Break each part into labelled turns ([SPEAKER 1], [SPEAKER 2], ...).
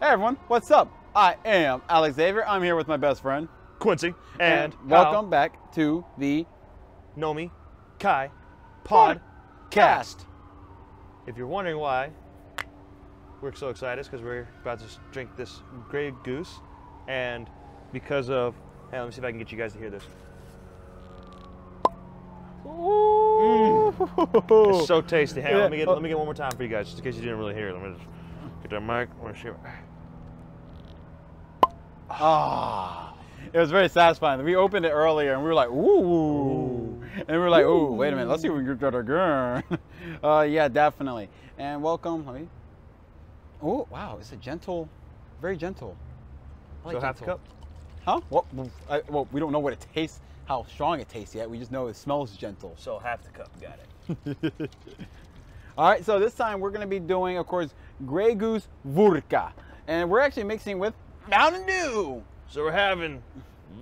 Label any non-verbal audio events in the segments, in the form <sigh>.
[SPEAKER 1] Hey everyone, what's up? I am Alex Xavier. I'm here with my best friend.
[SPEAKER 2] Quincy and,
[SPEAKER 1] welcome back to the
[SPEAKER 2] Kyle, Nomi Kai Pod
[SPEAKER 1] cast.
[SPEAKER 2] If you're wondering why we're so excited, it's because we're about to s- drink this Grey Goose, and because of hey, let me see if I can get you guys to hear this. Mm. It's so tasty. Hang on, let me get let me get one more time for you guys, just in case you didn't really hear it. Let me just get that mic. Let me see.
[SPEAKER 1] Ah, it was very satisfying. We opened it earlier and we were like, ooh. And we were like, ooh, wait a minute, let's see if we can get that again. <laughs> uh, yeah, definitely. And welcome. Let me. Oh, wow, it's a gentle, very gentle. I
[SPEAKER 2] So
[SPEAKER 1] like
[SPEAKER 2] half the
[SPEAKER 1] gentle.
[SPEAKER 2] cup.
[SPEAKER 1] Huh? Well, I, well, we don't know what it tastes, how strong it tastes yet. We just know it smells gentle.
[SPEAKER 2] <sighs> So half the cup. Got it.
[SPEAKER 1] All right, so this time we're going to be doing, of course, Grey Goose Vurka. And we're actually mixing with Mountain Dew.
[SPEAKER 2] So we're having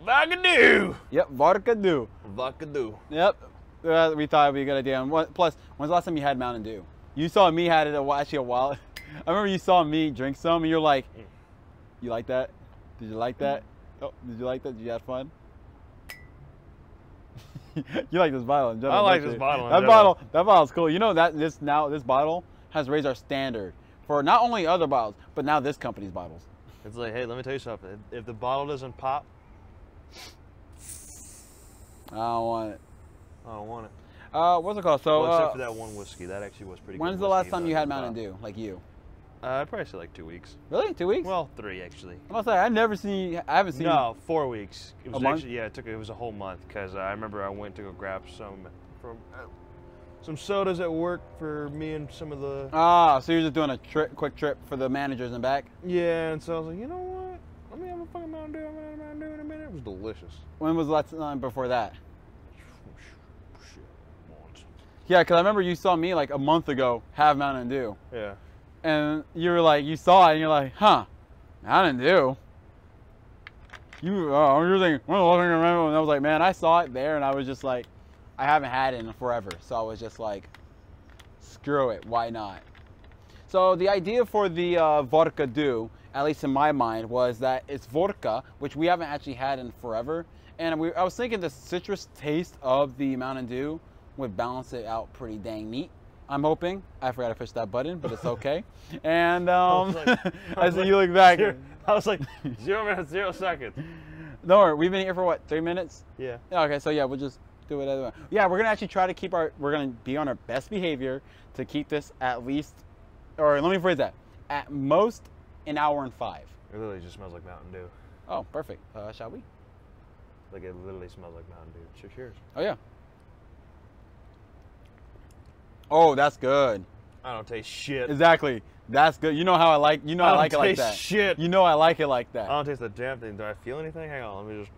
[SPEAKER 2] Vagadoo.
[SPEAKER 1] Yep, Vodka Dew.
[SPEAKER 2] Vagadoo.
[SPEAKER 1] Yep. Uh, we thought it'd be a good idea. And what, plus, when's the last time you had Mountain Dew? You saw me had it a, whi- actually a while. <laughs> I remember you saw me drink some, and you're like,
[SPEAKER 2] Mm.
[SPEAKER 1] "You like that? Did you like that? Oh, did you like that? Did you have fun?" <laughs> you like this bottle in general.
[SPEAKER 2] like
[SPEAKER 1] don't
[SPEAKER 2] this
[SPEAKER 1] you?
[SPEAKER 2] bottle in
[SPEAKER 1] That
[SPEAKER 2] general.
[SPEAKER 1] bottle, that bottle's cool. You know that this now this bottle has raised our standard for not only other bottles, but now this company's bottles.
[SPEAKER 2] It's like, hey, let me tell you something. If- If the bottle doesn't pop,
[SPEAKER 1] I don't want it.
[SPEAKER 2] I don't want it.
[SPEAKER 1] Uh, what's it called? So,
[SPEAKER 2] Well,
[SPEAKER 1] uh,
[SPEAKER 2] except for that one whiskey, that actually was pretty. good
[SPEAKER 1] when's the
[SPEAKER 2] whiskey,
[SPEAKER 1] last
[SPEAKER 2] but
[SPEAKER 1] time
[SPEAKER 2] it
[SPEAKER 1] you had
[SPEAKER 2] didn't
[SPEAKER 1] Mountain
[SPEAKER 2] pop.
[SPEAKER 1] Dew? Like you?
[SPEAKER 2] Uh, I'd probably say like two weeks.
[SPEAKER 1] Really? Two weeks?
[SPEAKER 2] Well, three actually.
[SPEAKER 1] I'm about to say I've never seen. I haven't seen.
[SPEAKER 2] No, four weeks. It was
[SPEAKER 1] month?
[SPEAKER 2] actually yeah. It took it was a whole month because I remember I went to go grab some from uh, some sodas at work for me and some of the
[SPEAKER 1] Ah, so you're just doing a trip, quick trip for the managers and back.
[SPEAKER 2] yeah. And so I was like, you know what? Let me have a fucking Mountain Dew. I'm gonna have a Mountain Dew in a minute. It was delicious.
[SPEAKER 1] When was the last time before that?
[SPEAKER 2] Shit.
[SPEAKER 1] Yeah, because I remember you saw me like a month ago have Mountain Dew,
[SPEAKER 2] Yeah.
[SPEAKER 1] and you were like, you saw it, and you're like, huh, Mountain Dew. You, uh, you were thinking, when the last time you remember? And I was like, man, I saw it there, and I was just like, I haven't had it in forever, so I was just like, screw it, why not? So the idea for the uh, vodka do, at least in my mind, was that it's vodka, which we haven't actually had in forever. And we, I was thinking the citrus taste of the Mountain Dew would balance it out pretty dang neat. I'm hoping. I forgot to push that button, but it's
[SPEAKER 2] <laughs>
[SPEAKER 1] okay. and um,
[SPEAKER 2] was like-
[SPEAKER 1] <laughs> I see you look back.
[SPEAKER 2] Zero- <laughs>
[SPEAKER 1] <laughs>
[SPEAKER 2] I was like zero minutes, zero seconds.
[SPEAKER 1] Don't worry, we've been here for what, three minutes?
[SPEAKER 2] Yeah.
[SPEAKER 1] Yeah, Okay, so yeah, we'll just do it anyway. Yeah, we're gonna actually try to keep our we're gonna be on our best behavior to keep this at least or let me phrase that. At most an hour and five.
[SPEAKER 2] It literally just smells like Mountain Dew.
[SPEAKER 1] Oh, perfect. Uh, shall we?
[SPEAKER 2] Like it literally smells like Mountain Dew. Cheers. Cheers.
[SPEAKER 1] Oh yeah. Oh, that's good.
[SPEAKER 2] I don't taste shit.
[SPEAKER 1] Exactly. That's good. You know how I like you know I, <laughs>
[SPEAKER 2] I don't
[SPEAKER 1] like it like
[SPEAKER 2] taste
[SPEAKER 1] that.
[SPEAKER 2] shit.
[SPEAKER 1] You know I like it like
[SPEAKER 2] I
[SPEAKER 1] that.
[SPEAKER 2] don't taste the damn thing. Do I feel anything? Hang on, let me just.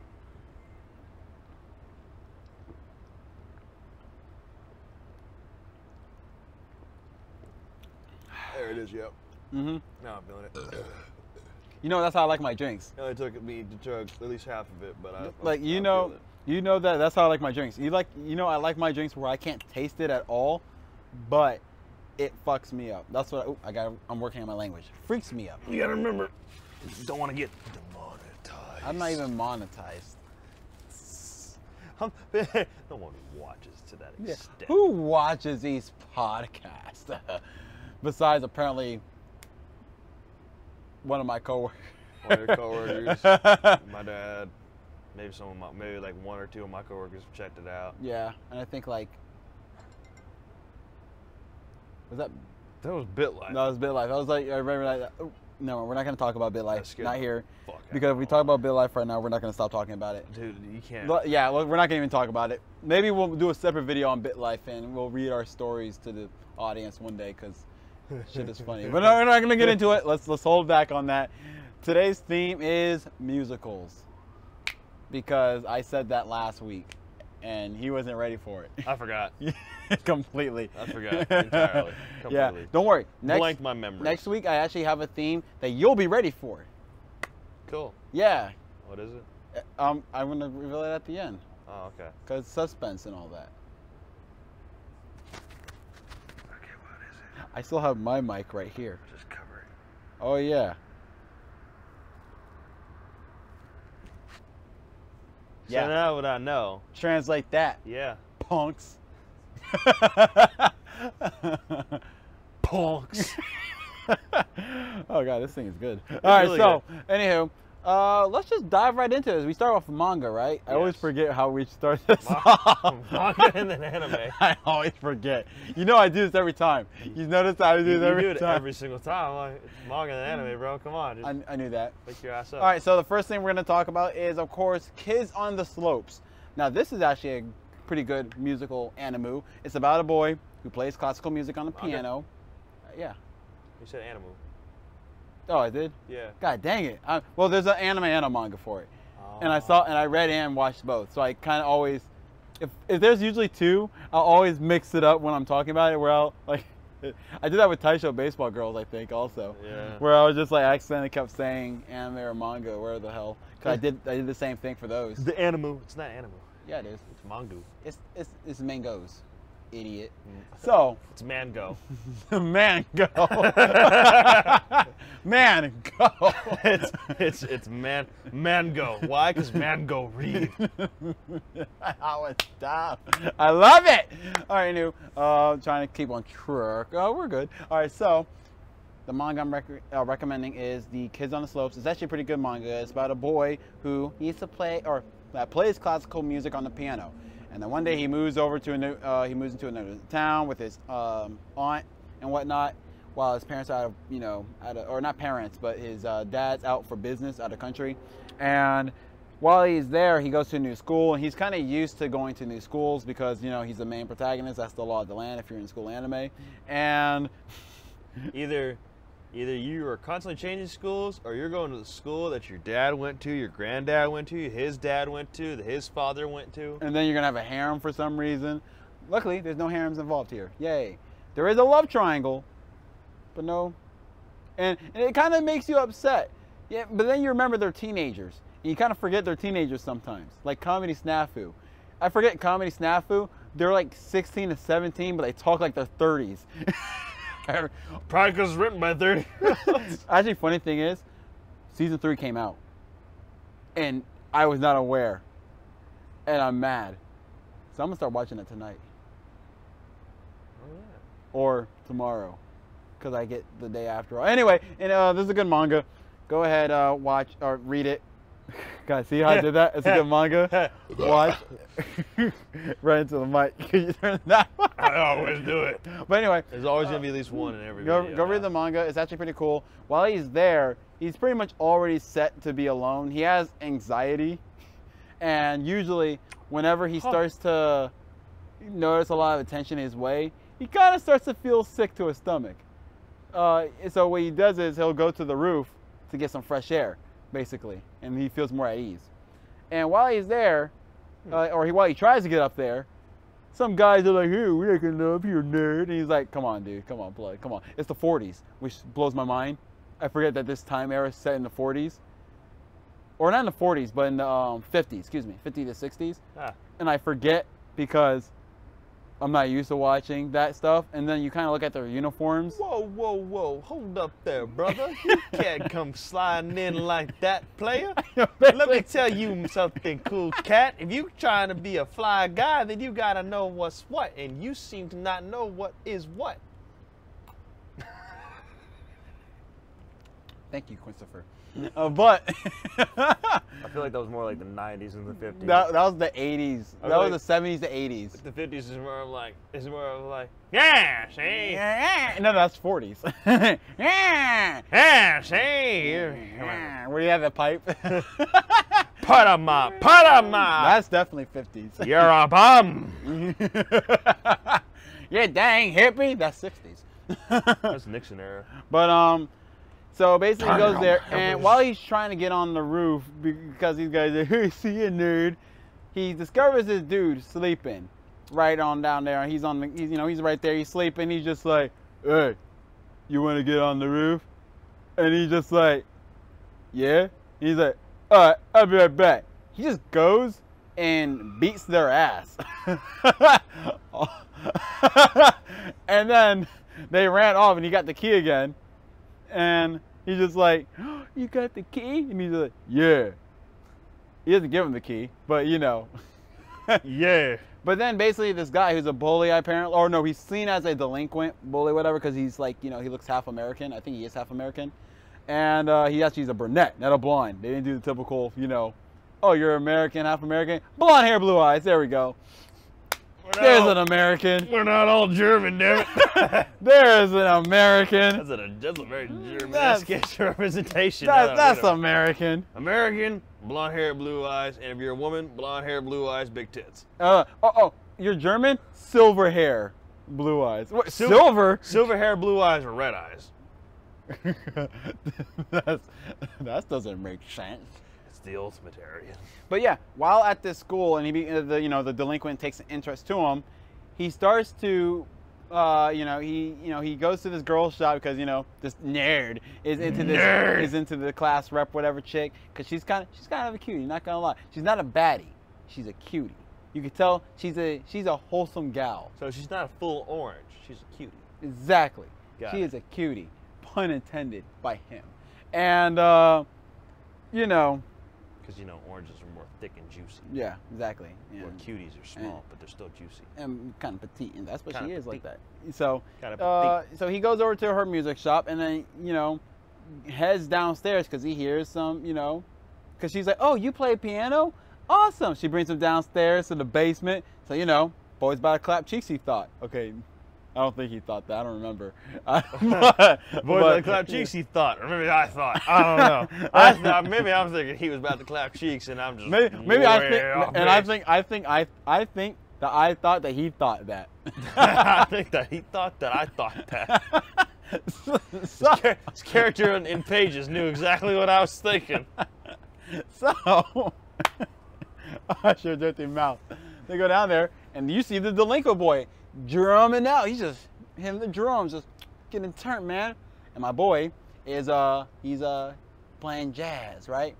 [SPEAKER 2] There it is. Yep.
[SPEAKER 1] hmm
[SPEAKER 2] Now I'm feeling it.
[SPEAKER 1] You know that's how I like my drinks.
[SPEAKER 2] It only took me to chug at least half of it, but I
[SPEAKER 1] like
[SPEAKER 2] I
[SPEAKER 1] you
[SPEAKER 2] feel
[SPEAKER 1] know
[SPEAKER 2] it.
[SPEAKER 1] you know that that's how I like my drinks. You like you know I like my drinks where I can't taste it at all, but it fucks me up. That's what I, ooh, I got. I'm working on my language. Freaks me up.
[SPEAKER 2] You gotta remember, you don't want to get demonetized.
[SPEAKER 1] I'm not even monetized.
[SPEAKER 2] I'm, <laughs> no one watches to that extent.
[SPEAKER 1] Who watches these podcasts? <laughs> Besides apparently one of my coworkers. <laughs>
[SPEAKER 2] One of your coworkers, <laughs> my dad, maybe some of my, maybe like one or two of my coworkers checked it out.
[SPEAKER 1] yeah, and I think like was that
[SPEAKER 2] That was bit like.
[SPEAKER 1] No, it's BitLife. I was like, I remember that. oh, No, we're not going to talk about
[SPEAKER 2] That
[SPEAKER 1] BitLife.
[SPEAKER 2] scared
[SPEAKER 1] Not
[SPEAKER 2] the
[SPEAKER 1] here.
[SPEAKER 2] fuck out of
[SPEAKER 1] Because if we
[SPEAKER 2] me.
[SPEAKER 1] talk about BitLife right now, we're not going to stop talking about it.
[SPEAKER 2] Dude, you can't.
[SPEAKER 1] But yeah, well, we're not going to even talk about it. Maybe we'll do a separate video on BitLife and we'll read our stories to the audience one day because shit is funny. But no, we're not going to get into it. Let's let's hold back on that. Today's theme is musicals because I said that last week and he wasn't ready for it <laughs>
[SPEAKER 2] I forgot.
[SPEAKER 1] completely.
[SPEAKER 2] I forgot entirely.
[SPEAKER 1] <laughs> yeah,
[SPEAKER 2] Completely.
[SPEAKER 1] don't worry. Next,
[SPEAKER 2] Blanked my memory.
[SPEAKER 1] Next week, I actually have a theme that you'll be ready for.
[SPEAKER 2] Cool.
[SPEAKER 1] Yeah,
[SPEAKER 2] What is it?
[SPEAKER 1] um, I'm gonna reveal it at the end
[SPEAKER 2] Oh, okay.
[SPEAKER 1] because suspense and all that.
[SPEAKER 2] Okay, what is it?
[SPEAKER 1] I still have my mic right here.
[SPEAKER 2] Just cover it.
[SPEAKER 1] Oh yeah, Yeah.
[SPEAKER 2] So now what I know.
[SPEAKER 1] Translate that,
[SPEAKER 2] Yeah.
[SPEAKER 1] punks. <laughs>
[SPEAKER 2] <laughs> Punks.
[SPEAKER 1] oh god, this thing is good. All right,
[SPEAKER 2] really
[SPEAKER 1] so anywho, uh, let's just dive right into this. We start off with manga, right? I always
[SPEAKER 2] Yes.
[SPEAKER 1] forget how we start
[SPEAKER 2] <laughs>
[SPEAKER 1] this. off. <laughs>
[SPEAKER 2] Manga and then anime.
[SPEAKER 1] I always forget. You know I do this every time. You notice I do
[SPEAKER 2] You
[SPEAKER 1] this every
[SPEAKER 2] do it
[SPEAKER 1] time.
[SPEAKER 2] every single time. I'm like, it's manga and anime, bro. Come on, just
[SPEAKER 1] I, I knew that.
[SPEAKER 2] wake your ass up.
[SPEAKER 1] All right, so the first thing we're going to talk about is, of course, Kids on the Slopes. Now, this is actually a pretty good musical anime. It's about a boy who plays classical music on the
[SPEAKER 2] Manga.
[SPEAKER 1] piano. Uh, yeah.
[SPEAKER 2] You said animal.
[SPEAKER 1] Oh, I did.
[SPEAKER 2] Yeah.
[SPEAKER 1] God dang it. I, well, there's an anime and a manga for it, and I saw and I read and watched both. So I kind of always, if if there's usually two, I'll always mix it up when I'm talking about it. Where I'll <laughs> like, I did that with Taisho Baseball Girls, I think, also.
[SPEAKER 2] Yeah.
[SPEAKER 1] where I was just like accidentally kept saying anime or manga, where the hell? 'Cause I did I did the same thing for those.
[SPEAKER 2] the animal. Oh. It's not animal.
[SPEAKER 1] Yeah, it is.
[SPEAKER 2] It's mango.
[SPEAKER 1] It's it's it's mangoes, idiot.
[SPEAKER 2] Mm.
[SPEAKER 1] So <laughs>
[SPEAKER 2] It's mango. <laughs>
[SPEAKER 1] mango, <laughs> mango.
[SPEAKER 2] it's it's it's man mango. Why? Because mango <laughs> read.
[SPEAKER 1] How it's dumb. I love it. All right, new. Uh, trying to keep on track. Oh, we're good. All right, so the manga I'm rec- uh, recommending is the Kids on the Slopes. It's actually a pretty good manga. It's about a boy who needs to play or that plays classical music on the piano, and then one day he moves over to a new. Uh, he moves into another town with his um, aunt and whatnot. While his parents are out of, you know, out of, or not parents, but his uh, dad's out for business out of country, and while he's there, he goes to a new school, and he's kind of used to going to new schools because you know he's the main protagonist. That's the law of the land if you're in school anime, and
[SPEAKER 2] Either either you are constantly changing schools, or you're going to the school that your dad went to, your granddad went to, his dad went to, that his father went to.
[SPEAKER 1] and then you're gonna have a harem for some reason. Luckily, there's no harems involved here. Yay! There is a love triangle, but no, and, and it kind of makes you upset. Yeah, but then you remember they're teenagers. You kind of forget they're teenagers sometimes, like comedy snafu. I forget comedy snafu. They're like 16 to 17, but they talk like they're <laughs> 30s.
[SPEAKER 2] Probably because it's written by thirty. <laughs>
[SPEAKER 1] <laughs> Actually, funny thing is, season three came out, and I was not aware, and I'm mad. So I'm gonna start watching it tonight
[SPEAKER 2] Oh,
[SPEAKER 1] or tomorrow, cause I get the day after. Anyway, and uh, this is a good manga. Go ahead, uh, watch or read it. <laughs> Guys, see how I did that? It's a good manga. Watch. <laughs> right into the mic. <laughs> Can you turn that?
[SPEAKER 2] I always do it. Uh,
[SPEAKER 1] but anyway,
[SPEAKER 2] There's always gonna be at least one in every.
[SPEAKER 1] Go,
[SPEAKER 2] video
[SPEAKER 1] go
[SPEAKER 2] now.
[SPEAKER 1] read the manga. It's actually pretty cool. While he's there, he's pretty much already set to be alone. He has anxiety, <laughs> and usually, whenever he
[SPEAKER 2] Huh.
[SPEAKER 1] starts to notice a lot of attention his way, he kind of starts to feel sick to his stomach. Uh, so what he does is he'll go to the roof to get some fresh air, basically, and he feels more at ease. And while he's there,
[SPEAKER 2] Hmm.
[SPEAKER 1] uh, or he, while he tries to get up there, some guys are like, "Hey, we're not gonna up here, nerd," and he's like, "Come on, dude, come on, play, come on." It's the '40s, which blows my mind. I forget that this time era is set in the '40s, or not in the '40s, but in the um, '50s. Excuse me, '50 to '60s,
[SPEAKER 2] Ah,
[SPEAKER 1] and I forget because I'm not used to watching that stuff. And then you kind of look at their uniforms.
[SPEAKER 2] Whoa, whoa, whoa! Hold up there, brother. You can't come sliding in like that,
[SPEAKER 1] <laughs>
[SPEAKER 2] player. Let me tell you something, cool cat. If you trying to be a fly guy, then you gotta know what's what, and you seem to not know what is what.
[SPEAKER 1] Thank you, Christopher. <laughs> Uh, but
[SPEAKER 3] I feel like that was more like the 90s and the 50s.
[SPEAKER 1] that, that was the '80s.
[SPEAKER 2] I
[SPEAKER 1] That was
[SPEAKER 2] really-
[SPEAKER 1] the '70s to
[SPEAKER 2] <laughs>
[SPEAKER 1] '80s.
[SPEAKER 2] The fifties is where I'm like, is where I'm like, yeah, see, yeah,
[SPEAKER 1] No, that's <laughs> '40s. yeah.
[SPEAKER 2] see,
[SPEAKER 1] Where do you have that pipe? <laughs>
[SPEAKER 2] put 'em up, put 'em up.
[SPEAKER 1] That's definitely 50s.
[SPEAKER 2] You're a bum.
[SPEAKER 1] <laughs> yeah, dang hippie. That's <laughs> 60s.
[SPEAKER 2] That's Nixon era.
[SPEAKER 1] but um, so basically he
[SPEAKER 3] Turn
[SPEAKER 1] goes
[SPEAKER 3] on
[SPEAKER 1] there,
[SPEAKER 3] the
[SPEAKER 1] and
[SPEAKER 3] hippies.
[SPEAKER 1] while he's trying to get on the roof because these guys are <laughs> hey, see you, nerd. He discovers this dude sleeping right on down there. and He's on the, he's, you know, he's right there. He's sleeping. He's just like, hey, you want to get on the roof? And he's just like, yeah. He's like, all right, I'll be right back. He just goes and beats their ass. <laughs> and then they ran off and he got the key again. <gasps> And he's just like, you got the key? And he's like, yeah. He doesn't give him the key, but you know. <laughs>
[SPEAKER 2] Yeah.
[SPEAKER 1] But then basically this guy who's a bully apparently, or no, he's seen as a delinquent bully, whatever, because he's like, you know, he looks half American. I think he is half American, and uh, he actually is a brunette, not a blonde. They didn't do the typical, you know, oh, you're American, half American, blonde hair, blue eyes. There we go.
[SPEAKER 2] We're
[SPEAKER 1] There's
[SPEAKER 2] not,
[SPEAKER 1] an American.
[SPEAKER 2] we're not all
[SPEAKER 1] <laughs>
[SPEAKER 2] German, damn it.
[SPEAKER 1] There's an American.
[SPEAKER 2] That's a, that's a very
[SPEAKER 1] That's-
[SPEAKER 2] German representation.
[SPEAKER 1] That, that's
[SPEAKER 2] a
[SPEAKER 1] American.
[SPEAKER 2] American, blonde hair, blue eyes, and if you're a woman, blonde hair, blue eyes,
[SPEAKER 1] <laughs>
[SPEAKER 2] big tits.
[SPEAKER 1] Uh, oh, oh, you're German. Silver hair, blue eyes. What,
[SPEAKER 2] Sil-
[SPEAKER 1] silver?
[SPEAKER 2] Silver hair, blue eyes, or red eyes.
[SPEAKER 1] <laughs> that's, that doesn't make sense.
[SPEAKER 2] It's the ultimate Aryan.
[SPEAKER 1] But yeah, while at this school, and he, be- uh, the, you know, the delinquent takes an interest to him, he starts to, uh, you know, he, you know, he goes to this girl's shop because you know this nerd is into this
[SPEAKER 2] Nerd.
[SPEAKER 1] is into the class rep whatever chick because she's kind of she's kind of a cutie. Not gonna lie, she's not a baddie, she's a cutie. You can tell she's a she's a wholesome gal.
[SPEAKER 2] So she's not a full orange. She's a cutie.
[SPEAKER 1] Exactly.
[SPEAKER 2] Got
[SPEAKER 1] she
[SPEAKER 2] it.
[SPEAKER 1] is a cutie, pun intended by him. And uh, you know,
[SPEAKER 2] Because you know oranges are more thick and juicy.
[SPEAKER 1] yeah, exactly.
[SPEAKER 2] Where
[SPEAKER 1] And-
[SPEAKER 2] cuties are small, but they're still juicy.
[SPEAKER 1] and kind of petite, and that's what
[SPEAKER 2] Kind
[SPEAKER 1] she
[SPEAKER 2] of
[SPEAKER 1] is like that.
[SPEAKER 2] petite.
[SPEAKER 1] So,
[SPEAKER 2] Kind of
[SPEAKER 1] uh, so he goes over to her music shop, and then you know, heads downstairs because he hears some, you know, because she's like, "Oh, you play piano? Awesome!" She brings him downstairs to the basement. So you know, boys about to clap cheeks. He thought, okay, I don't think he thought that. I don't
[SPEAKER 2] <laughs>
[SPEAKER 1] remember. <laughs> but,
[SPEAKER 2] Boy,
[SPEAKER 1] but-
[SPEAKER 2] the clap cheeks, he thought, or maybe I thought. I
[SPEAKER 1] <laughs>
[SPEAKER 2] don't know. I thought maybe I'm thinking he was about to clap cheeks, and I'm just
[SPEAKER 1] Maybe, maybe I
[SPEAKER 2] way
[SPEAKER 1] think,
[SPEAKER 2] off
[SPEAKER 1] and I
[SPEAKER 2] base.
[SPEAKER 1] think, I think, I, I think that I thought that he thought that. <laughs>
[SPEAKER 2] <laughs> I think that he thought that I thought that. <laughs>
[SPEAKER 1] so,
[SPEAKER 2] This character in, in Pages knew exactly what I was thinking.
[SPEAKER 1] <laughs> So, I your dirty mouth. They go down there, and you see the delinquent boy drumming out. He's just hitting the drums, just getting turned, man. And my boy is uh, he's uh, playing jazz, right?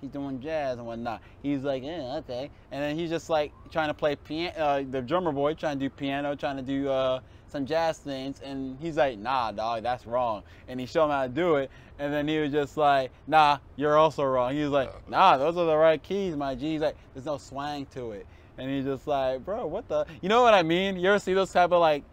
[SPEAKER 1] He's doing jazz and whatnot. He's like, yeah, okay. And then he's just like trying to play piano. Uh, the drummer boy trying to do piano, trying to do uh, some jazz things. And he's like, nah, dog, that's wrong. And he showed him how to do it. And then he was just like, nah, you're also wrong. He was like, nah, those are the right keys, my G. He's like, there's no swang to it. And he's just like, bro, what the? You know what I mean? You ever see those type of like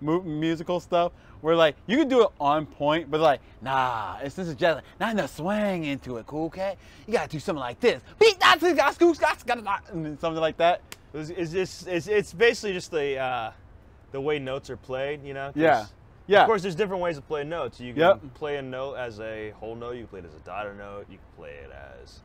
[SPEAKER 1] mu- musical stuff where like you can do it on point, but like nah, it's this is just not enough swang into it, cool cat. You gotta do something like this, beat that, got scoops, got got and then something like that.
[SPEAKER 2] It's, it's, just- it's, it's basically just the uh, the way notes are played, you know? 'cause-
[SPEAKER 1] Yeah, yeah.
[SPEAKER 2] Of course, there's different ways of playing notes. You can
[SPEAKER 1] Yep.
[SPEAKER 2] play a note as a whole note. You can play it as a dotted note. You can play it as.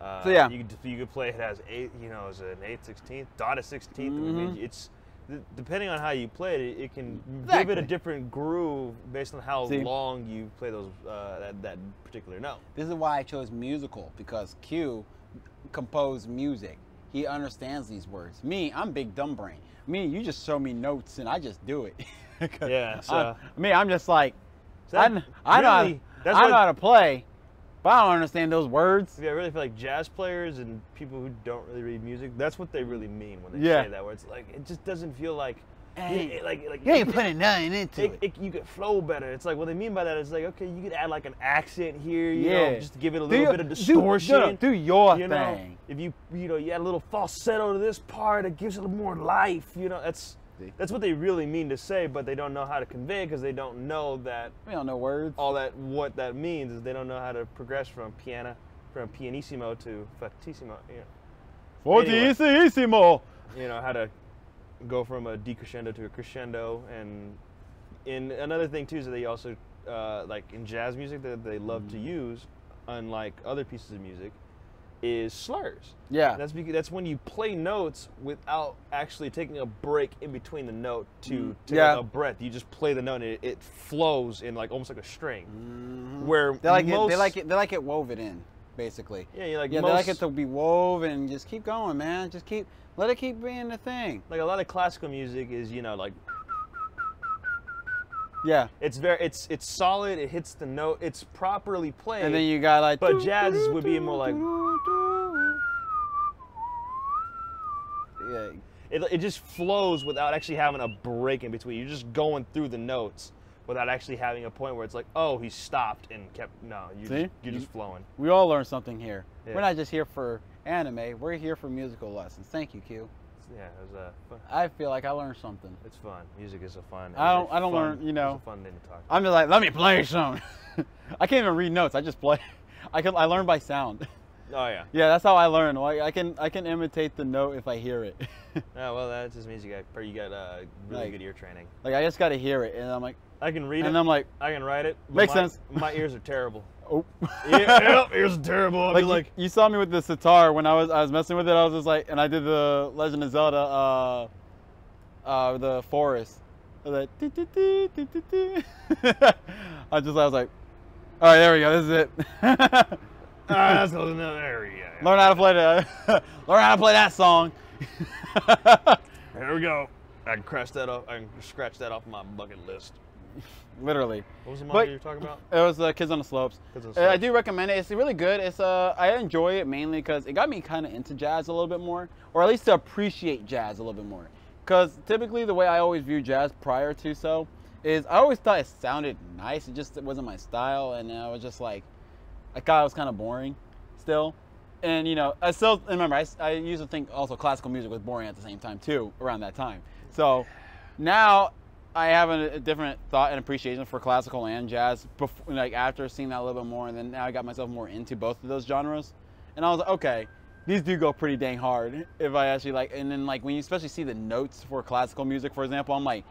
[SPEAKER 2] Uh,
[SPEAKER 1] So, yeah.
[SPEAKER 2] You could, you could play it as eight, you know, as an eighth sixteenth, dotted 16th I mean,
[SPEAKER 1] Mm-hmm.
[SPEAKER 2] it's d- depending on how you play it. It, it can give it
[SPEAKER 1] Exactly.
[SPEAKER 2] a different groove based on how
[SPEAKER 1] See?
[SPEAKER 2] long you play those uh, that, that particular note.
[SPEAKER 1] This is why I chose musical because Q composed music. He understands these words. Me, I'm big dumb brain. Me, you just show me notes and I just do it. <laughs> 'Cause
[SPEAKER 2] Yeah,
[SPEAKER 1] I'm-
[SPEAKER 2] so-
[SPEAKER 1] me, I'm just like,
[SPEAKER 2] So
[SPEAKER 1] I,
[SPEAKER 2] that
[SPEAKER 1] kn- I know, how-
[SPEAKER 2] really- that's
[SPEAKER 1] I
[SPEAKER 2] what-
[SPEAKER 1] know how to play, but I don't understand those words.
[SPEAKER 2] Yeah, I really feel like jazz players and people who don't really read music. That's what they really mean when they
[SPEAKER 1] Yeah.
[SPEAKER 2] say that. Where it's like it just doesn't feel like,
[SPEAKER 1] Hey,
[SPEAKER 2] it- like like
[SPEAKER 1] You ain't putting nothing into
[SPEAKER 2] it,
[SPEAKER 1] it.
[SPEAKER 2] it- you could flow better. It's like what they mean by that is like okay, you could add like an accent here, you
[SPEAKER 1] Yeah.
[SPEAKER 2] know, just to give it a
[SPEAKER 1] Do
[SPEAKER 2] little
[SPEAKER 1] your-
[SPEAKER 2] bit of
[SPEAKER 1] do- no, no,
[SPEAKER 2] distortion.
[SPEAKER 1] do your
[SPEAKER 2] you know,
[SPEAKER 1] thing.
[SPEAKER 2] if you you know you add a little falsetto to this part, it gives it more life. You know, that's
[SPEAKER 1] See?
[SPEAKER 2] that's what they really mean to say, but they don't know how to convey because they don't know that
[SPEAKER 1] We don't know words.
[SPEAKER 2] all that what that means is they don't know how to progress from piano from pianissimo to fortissimo. You know. anyway.
[SPEAKER 1] Fortissimo.
[SPEAKER 2] you know how to go from a decrescendo to a crescendo and in another thing too is that they also uh, like in jazz music that they love
[SPEAKER 1] Mm.
[SPEAKER 2] to use unlike other pieces of music is slurs
[SPEAKER 1] Yeah.
[SPEAKER 2] that's because that's when you play notes without actually taking a break in between the note to take
[SPEAKER 1] Mm, Yeah.
[SPEAKER 2] a breath you just play the note and it, it flows in like almost like a string where
[SPEAKER 1] Mm-hmm. They like
[SPEAKER 2] most,
[SPEAKER 1] it. They like it. They like it woven in, basically.
[SPEAKER 2] yeah you like
[SPEAKER 1] yeah,
[SPEAKER 2] most,
[SPEAKER 1] they like it to be woven. and Just keep going, man. Just keep let it keep being the thing.
[SPEAKER 2] like a lot of classical music is you know like
[SPEAKER 1] Yeah.
[SPEAKER 2] It's very it's it's solid. It hits the note. It's properly played.
[SPEAKER 1] And then you got like.
[SPEAKER 2] but jazz would be more like
[SPEAKER 1] Yeah.
[SPEAKER 2] it, it just flows without actually having a break in between. You're just going through the notes, without actually having a point where it's like, oh, he stopped and kept. No, you
[SPEAKER 1] See?
[SPEAKER 2] just, you're
[SPEAKER 1] You-
[SPEAKER 2] just flowing.
[SPEAKER 1] We all learn something here.
[SPEAKER 2] Yeah.
[SPEAKER 1] We're not just here for anime. We're here for musical lessons. Thank you, Q.
[SPEAKER 2] Yeah, it was uh, fun.
[SPEAKER 1] I feel like I learned something.
[SPEAKER 2] It's fun. Music is a fun.
[SPEAKER 1] I don't-
[SPEAKER 2] it's
[SPEAKER 1] I don't
[SPEAKER 2] fun-
[SPEAKER 1] learn, you know.
[SPEAKER 2] It's a fun thing to talk. About.
[SPEAKER 1] I'm just like, let me play some. <laughs> I can't even read notes. I just play. <laughs> I can. I learn by sound. <laughs>
[SPEAKER 2] Oh yeah.
[SPEAKER 1] yeah, that's how I learn. Like I can. I can imitate the note if I hear it. <laughs>
[SPEAKER 2] Yeah. Well, that just means you got you got uh, really
[SPEAKER 1] Like-
[SPEAKER 2] good ear training.
[SPEAKER 1] like I just got to hear it, and I'm like,
[SPEAKER 2] I can read
[SPEAKER 1] and
[SPEAKER 2] it.
[SPEAKER 1] I'm like,
[SPEAKER 2] I can write it. but
[SPEAKER 1] Makes
[SPEAKER 2] my-
[SPEAKER 1] sense.
[SPEAKER 2] My ears are terrible.
[SPEAKER 1] oh.
[SPEAKER 2] yeah, yep, ears are terrible. I'll
[SPEAKER 1] like,
[SPEAKER 2] be
[SPEAKER 1] you-
[SPEAKER 2] like,
[SPEAKER 1] you, saw me with the sitar when I was I was messing with it. I was just like, and I did the Legend of Zelda, uh, uh, the forest. I was like, "Doo, doo, doo, doo, doo, doo." <laughs> I just I was like, all right, there we go. This is it. <laughs>
[SPEAKER 2] ah, that's close enough. There we go.
[SPEAKER 1] learn how to play the, <laughs> learn how to play that song. <laughs>
[SPEAKER 2] There we go. I can crash that off. I can scratch that off my bucket list.
[SPEAKER 1] Literally,
[SPEAKER 2] What was the
[SPEAKER 1] But-
[SPEAKER 2] manga you were talking about?
[SPEAKER 1] it was the Kids on the Slopes.
[SPEAKER 2] Kids on the
[SPEAKER 1] Uh, I
[SPEAKER 2] Slopes.
[SPEAKER 1] do recommend it. It's really good. It's uh, I enjoy it mainly because it got me kind of into jazz a little bit more, or at least to appreciate jazz a little bit more. Because typically the way I always view jazz prior to so is I always thought it sounded nice. It just wasn't my style, and I was just like, I thought it was kind of boring still. And you know, I still remember I, s- I used to think also classical music was boring at the same time too around that time. So now I have a, a different thought and appreciation for classical and jazz. Before, like after seeing that a little bit more, and then now I got myself more into both of those genres. And I was like, okay, these do go pretty dang hard. If I actually like, and then like when you especially see the notes for classical music, for example, I'm like.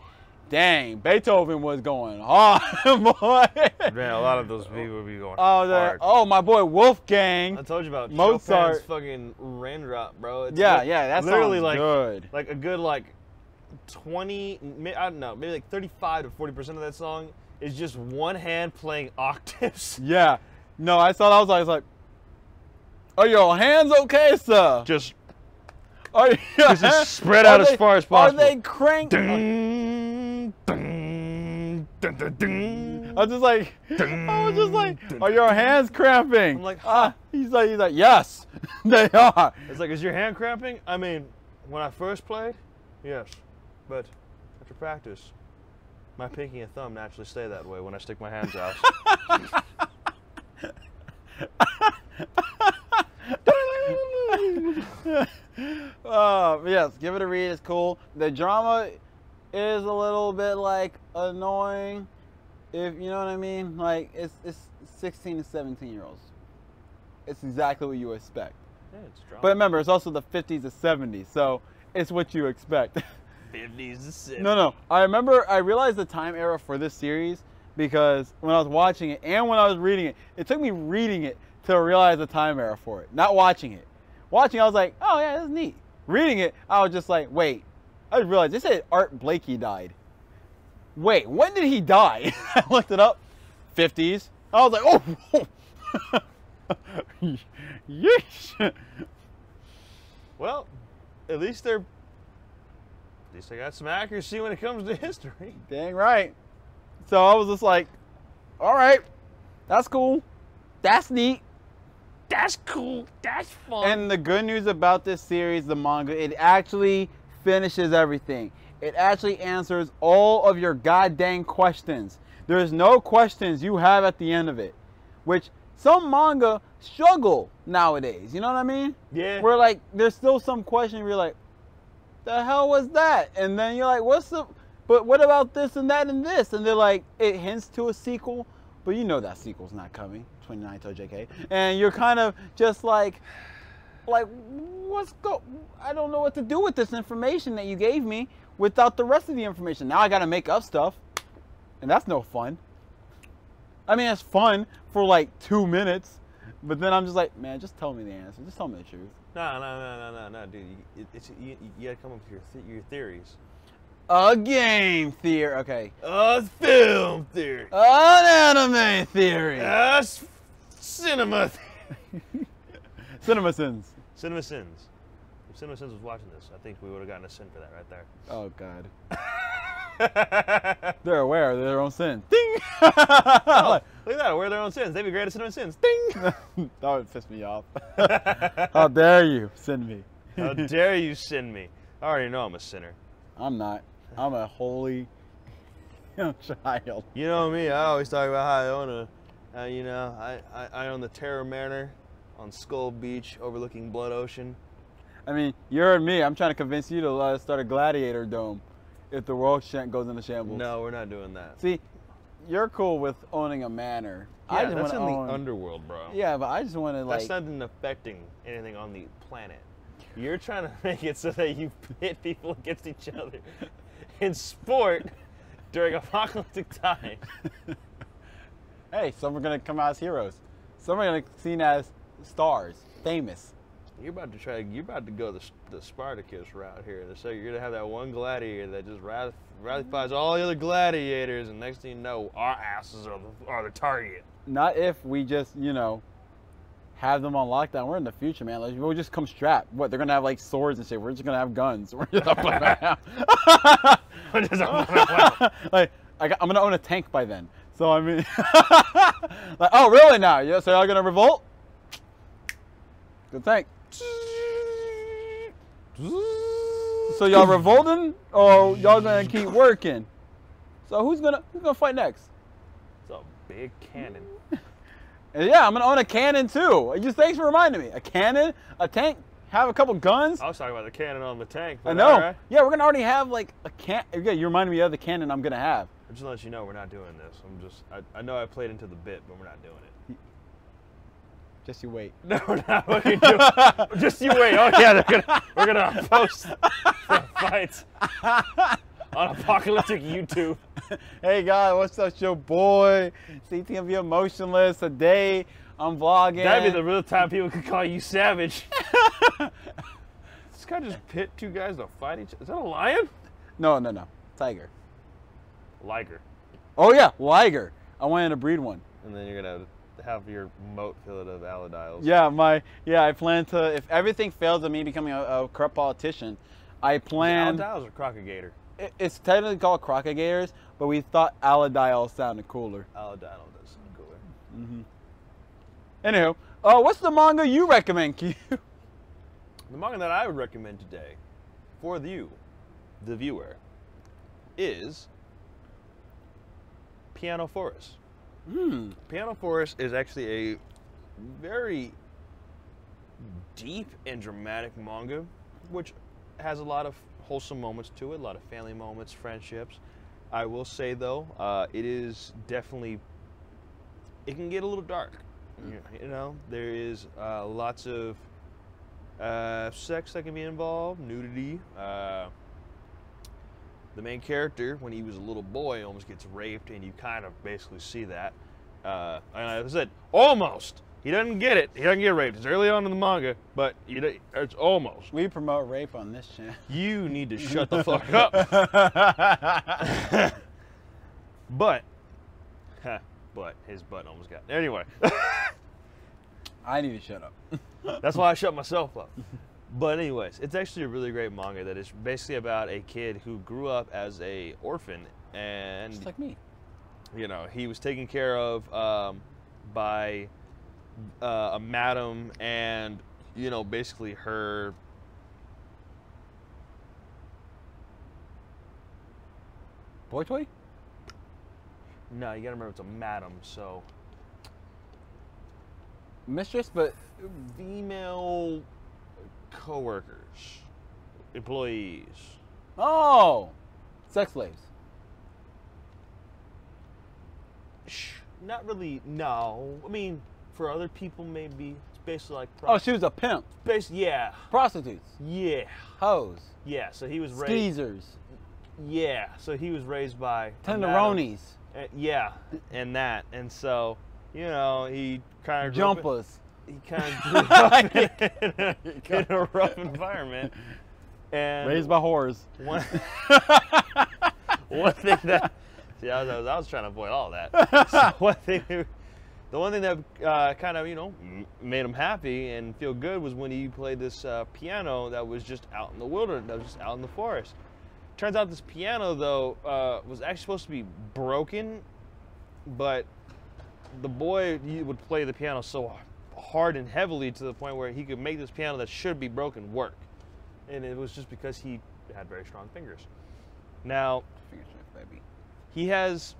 [SPEAKER 1] Dang, Beethoven was going hard, <laughs> boy.
[SPEAKER 3] Man, a lot of those people would be going.
[SPEAKER 1] Oh, the,
[SPEAKER 3] hard.
[SPEAKER 1] oh, my boy Wolfgang.
[SPEAKER 2] I told you about
[SPEAKER 1] Mozart.
[SPEAKER 2] Chopin's fucking raindrop, bro. It's
[SPEAKER 1] Yeah,
[SPEAKER 2] lit-
[SPEAKER 1] yeah, that
[SPEAKER 2] literally
[SPEAKER 1] sounds
[SPEAKER 2] like
[SPEAKER 1] good.
[SPEAKER 2] like a good like twenty. ma- I don't know, maybe like thirty-five to forty percent of that song is just one hand playing octaves,
[SPEAKER 1] Yeah. No, I saw that. I was like, I was like are your hands okay, sir?
[SPEAKER 2] just
[SPEAKER 1] Are your
[SPEAKER 2] <laughs> just
[SPEAKER 1] hands-
[SPEAKER 2] spread
[SPEAKER 1] are
[SPEAKER 2] out as
[SPEAKER 1] they-
[SPEAKER 2] far as possible.
[SPEAKER 1] Are they cranked? I
[SPEAKER 2] ding, ding, ding, ding, ding.
[SPEAKER 1] was just like, <laughs> I was just like, are your hands cramping?
[SPEAKER 2] I'm like,
[SPEAKER 1] ah, he's like, he's like, yes, <laughs> they are.
[SPEAKER 2] It's like, is your hand cramping? I mean, when I first played, yes, but after practice, my pinky and thumb naturally stay that way when I stick my hands <laughs> out.
[SPEAKER 1] uh, yes, give it a read. It's cool. The drama is a little bit like annoying, if you know what I mean. Like it's it's 16 to 17 year olds. It's exactly what you expect.
[SPEAKER 2] yeah, it's drama.
[SPEAKER 1] But remember, it's also the 50s to 70s, so it's what you expect. <laughs>
[SPEAKER 2] 50s to 60s.
[SPEAKER 1] No, no. I remember. I realized the time era for this series because when I was watching it and when I was reading it, it took me reading it to realize the time era for it. Not watching it. Watching, I was like, oh yeah, that's neat. Reading it, I was just like, wait. I realized they said Art Blakey died. Wait, when did he die? <laughs> I looked it up. 50s. I was like, oh. <laughs> Yeesh.
[SPEAKER 2] Well, at least they're. At least I got some accuracy when it comes to <laughs> history.
[SPEAKER 1] Dang right. So I was just like, all right, that's cool. That's neat.
[SPEAKER 2] That's cool. That's fun.
[SPEAKER 1] And the good news about this series, the manga, it actually finishes everything. It actually answers all of your goddamn questions. There's no questions you have at the end of it, which some manga struggle nowadays. You know what I mean?
[SPEAKER 2] yeah.
[SPEAKER 1] Where like there's still some question where you're like, the hell was that? And then you're like, what's the but what about this and that and this? And they're like, it hints to a sequel, but you know that sequel's not coming, 29 to JK. And you're kind of just like like what's go I don't know what to do with this information that you gave me without the rest of the information. Now I gotta make up stuff. And that's no fun. I mean, it's fun for like two minutes, but then I'm just like, man, just tell me the answer. Just tell me the truth.
[SPEAKER 2] No, no, no, no, no, no, dude. You, it, it's, you, you gotta come up with your, th- your theories.
[SPEAKER 1] A game theory. Okay.
[SPEAKER 2] Uh, film theory.
[SPEAKER 1] An anime theory.
[SPEAKER 2] Uh, s- cinema theory.
[SPEAKER 1] <laughs> Cinema sins.
[SPEAKER 2] Cinema Sins. If Cinema Sins was watching this, I think we would have gotten a sin for that
[SPEAKER 1] <laughs>
[SPEAKER 2] right there.
[SPEAKER 1] Oh God. They're aware of their own sin. Ding. <laughs>
[SPEAKER 2] Oh, look at that. We're their own sins. They'd be great at Cinema Sins. <laughs> Ding!
[SPEAKER 1] <laughs> that would piss me off. <laughs> How dare you send me? <laughs>
[SPEAKER 2] How dare you sin me? I already know I'm a sinner.
[SPEAKER 1] I'm not. I'm a holy <laughs> young child.
[SPEAKER 2] You know me, I always talk about how I own a, uh, you know, I, I, I own the Terror Manor on Skull Beach overlooking Blood Ocean.
[SPEAKER 1] I mean, you heard me. I'm trying to convince you to let us start a gladiator dome if the world sh- goes into shambles.
[SPEAKER 2] No, we're not doing that.
[SPEAKER 1] See, you're cool with owning a manor. I
[SPEAKER 2] Yeah,
[SPEAKER 1] just
[SPEAKER 2] that's in
[SPEAKER 1] wanna own-
[SPEAKER 2] the underworld, bro.
[SPEAKER 1] Yeah, but I just want to
[SPEAKER 2] That's
[SPEAKER 1] like.
[SPEAKER 2] not even affecting anything on the planet. You're trying to <laughs> make it so that you pit people against each other <laughs> in sport during <laughs> apocalyptic times.
[SPEAKER 1] hey, some are gonna come out as heroes. Some are gonna be seen as stars, famous.
[SPEAKER 2] You're about to try. You're about to go the, the Spartacus route here. So you're gonna have that one gladiator that just rath- ratifies all the other gladiators, and next thing you know, our asses are the, are the target. <laughs>
[SPEAKER 1] Not if we just, you know, have them on lockdown. We're in the future, man. Like, we'll just come strapped. What? They're gonna have like swords and shit. We're just gonna have guns. <laughs> We're just up and down.
[SPEAKER 2] <laughs>
[SPEAKER 1] <laughs> like, I got, I'm gonna own a tank by then. So I mean, <laughs> like, oh really? Now, yeah. So y'all gonna revolt? Good tank. So y'all revolting, or y'all gonna keep working? So who's gonna who's gonna fight next?
[SPEAKER 2] It's a big cannon.
[SPEAKER 1] And yeah, I'm gonna own a cannon too. Just thanks for reminding me. A cannon, a tank, have a couple guns.
[SPEAKER 2] I was talking about the cannon on the tank.
[SPEAKER 1] I
[SPEAKER 2] but
[SPEAKER 1] know.
[SPEAKER 2] all right.
[SPEAKER 1] Yeah, we're gonna already have like a can. Yeah, you reminded me of the cannon I'm gonna have.
[SPEAKER 2] I'm just let you know we're not doing this. I'm just. I, I know I played into the bit, but we're not doing it.
[SPEAKER 1] Just you wait. <laughs>
[SPEAKER 2] No, we're not fucking doing it. Just you wait. Oh yeah, they're gonna. We're gonna post the fights on apocalyptic YouTube.
[SPEAKER 1] hey guys, what's up, It's your boy? CTMV Emotionless. Today I'm vlogging.
[SPEAKER 2] That'd be the real time people could call you savage. this guy just pit two guys to fight each. Is that a lion?
[SPEAKER 1] no, no, no, tiger.
[SPEAKER 2] Liger.
[SPEAKER 1] Oh yeah, liger. I wanted to breed one.
[SPEAKER 2] And then you're gonna have your moat filled of allodiles.
[SPEAKER 1] Yeah, my yeah, I plan to. If everything fails at me becoming a, a corrupt politician, I plan.
[SPEAKER 2] allodiles are crocodile.
[SPEAKER 1] it- It's technically called crocogators, but we thought allodial sounded cooler. Mm-hmm.
[SPEAKER 2] Allodile does sound cooler.
[SPEAKER 1] Anywho, uh, what's the manga you recommend, Q?
[SPEAKER 2] The manga that I would recommend today, for you, the viewer, is Piano Forest.
[SPEAKER 1] Hmm.
[SPEAKER 2] Piano Forest is actually a very deep and dramatic manga, which has a lot of wholesome moments to it, a lot of family moments, friendships. I will say though, uh, it is definitely it can get a little dark. You- You know, there is uh, lots of uh, sex that can be involved, nudity. Uh, the main character, when he was a little boy, almost gets raped, and you kind of basically see that. Uh, and I said, almost. He doesn't get it. He doesn't get raped. It's early on in the manga, but you don't- it's almost.
[SPEAKER 1] We promote rape on this channel.
[SPEAKER 2] You need to
[SPEAKER 1] <laughs>
[SPEAKER 2] shut the fuck up. <laughs> But, huh, but his butt almost got. Anyway, <laughs>
[SPEAKER 1] I need to shut up.
[SPEAKER 2] that's why I shut myself up. But anyways, it's actually a really great manga that is basically about a kid who grew up as a orphan and
[SPEAKER 1] Just like me.
[SPEAKER 2] you know he was taken care of um, by uh, a madam and you know basically her
[SPEAKER 1] Boy toy?
[SPEAKER 2] no you gotta remember it's a madam so
[SPEAKER 1] Mistress, but
[SPEAKER 2] female coworkers employees
[SPEAKER 1] oh, sex slaves.
[SPEAKER 2] Shh, not really no i mean for other people maybe it's basically like pro-
[SPEAKER 1] Oh, she was a pimp.
[SPEAKER 2] basically yeah
[SPEAKER 1] Prostitutes,
[SPEAKER 2] yeah
[SPEAKER 1] hoes,
[SPEAKER 2] yeah so he was raised
[SPEAKER 1] skeezers,
[SPEAKER 2] yeah so he was raised by a madam.
[SPEAKER 1] tenderonis,
[SPEAKER 2] Uh, yeah, and that, and so you know he kind of
[SPEAKER 1] jumpers.
[SPEAKER 2] He kind
[SPEAKER 1] <laughs>
[SPEAKER 2] of grew up <laughs> in, a, in a rough environment, and
[SPEAKER 1] Raised by <laughs> whores.
[SPEAKER 2] one, <laughs> one thing that see, I was, I was, I was trying to avoid all that. So one thing, the one thing that uh, kind of you know m- made him happy and feel good was when he played this uh, piano that was just out in the wilderness, that was just out in the forest. Turns out this piano though uh, was actually supposed to be broken, but the boy he would play the piano so hard and heavily to the point where he could make this piano that should be broken work and it was just because he had very strong fingers. Now,
[SPEAKER 1] Finger strength, baby.
[SPEAKER 2] He has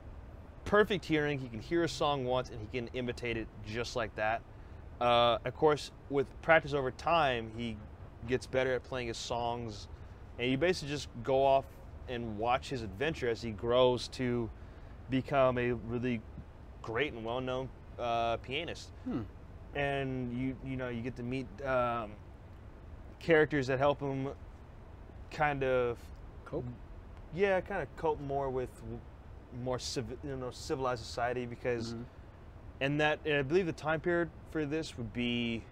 [SPEAKER 2] perfect hearing. He can hear a song once and he can imitate it just like that. Uh, of course, with practice over time, he gets better at playing his songs, and you basically just go off and watch his adventure as he grows to become a really great and well-known uh, pianist. And you you know you get to meet um, characters that help him kind of
[SPEAKER 1] Cool.
[SPEAKER 2] yeah, kind of cope more with w- more civ- you know civilized society because,
[SPEAKER 1] Mm-hmm.
[SPEAKER 2] and that and I believe the time period for this would be.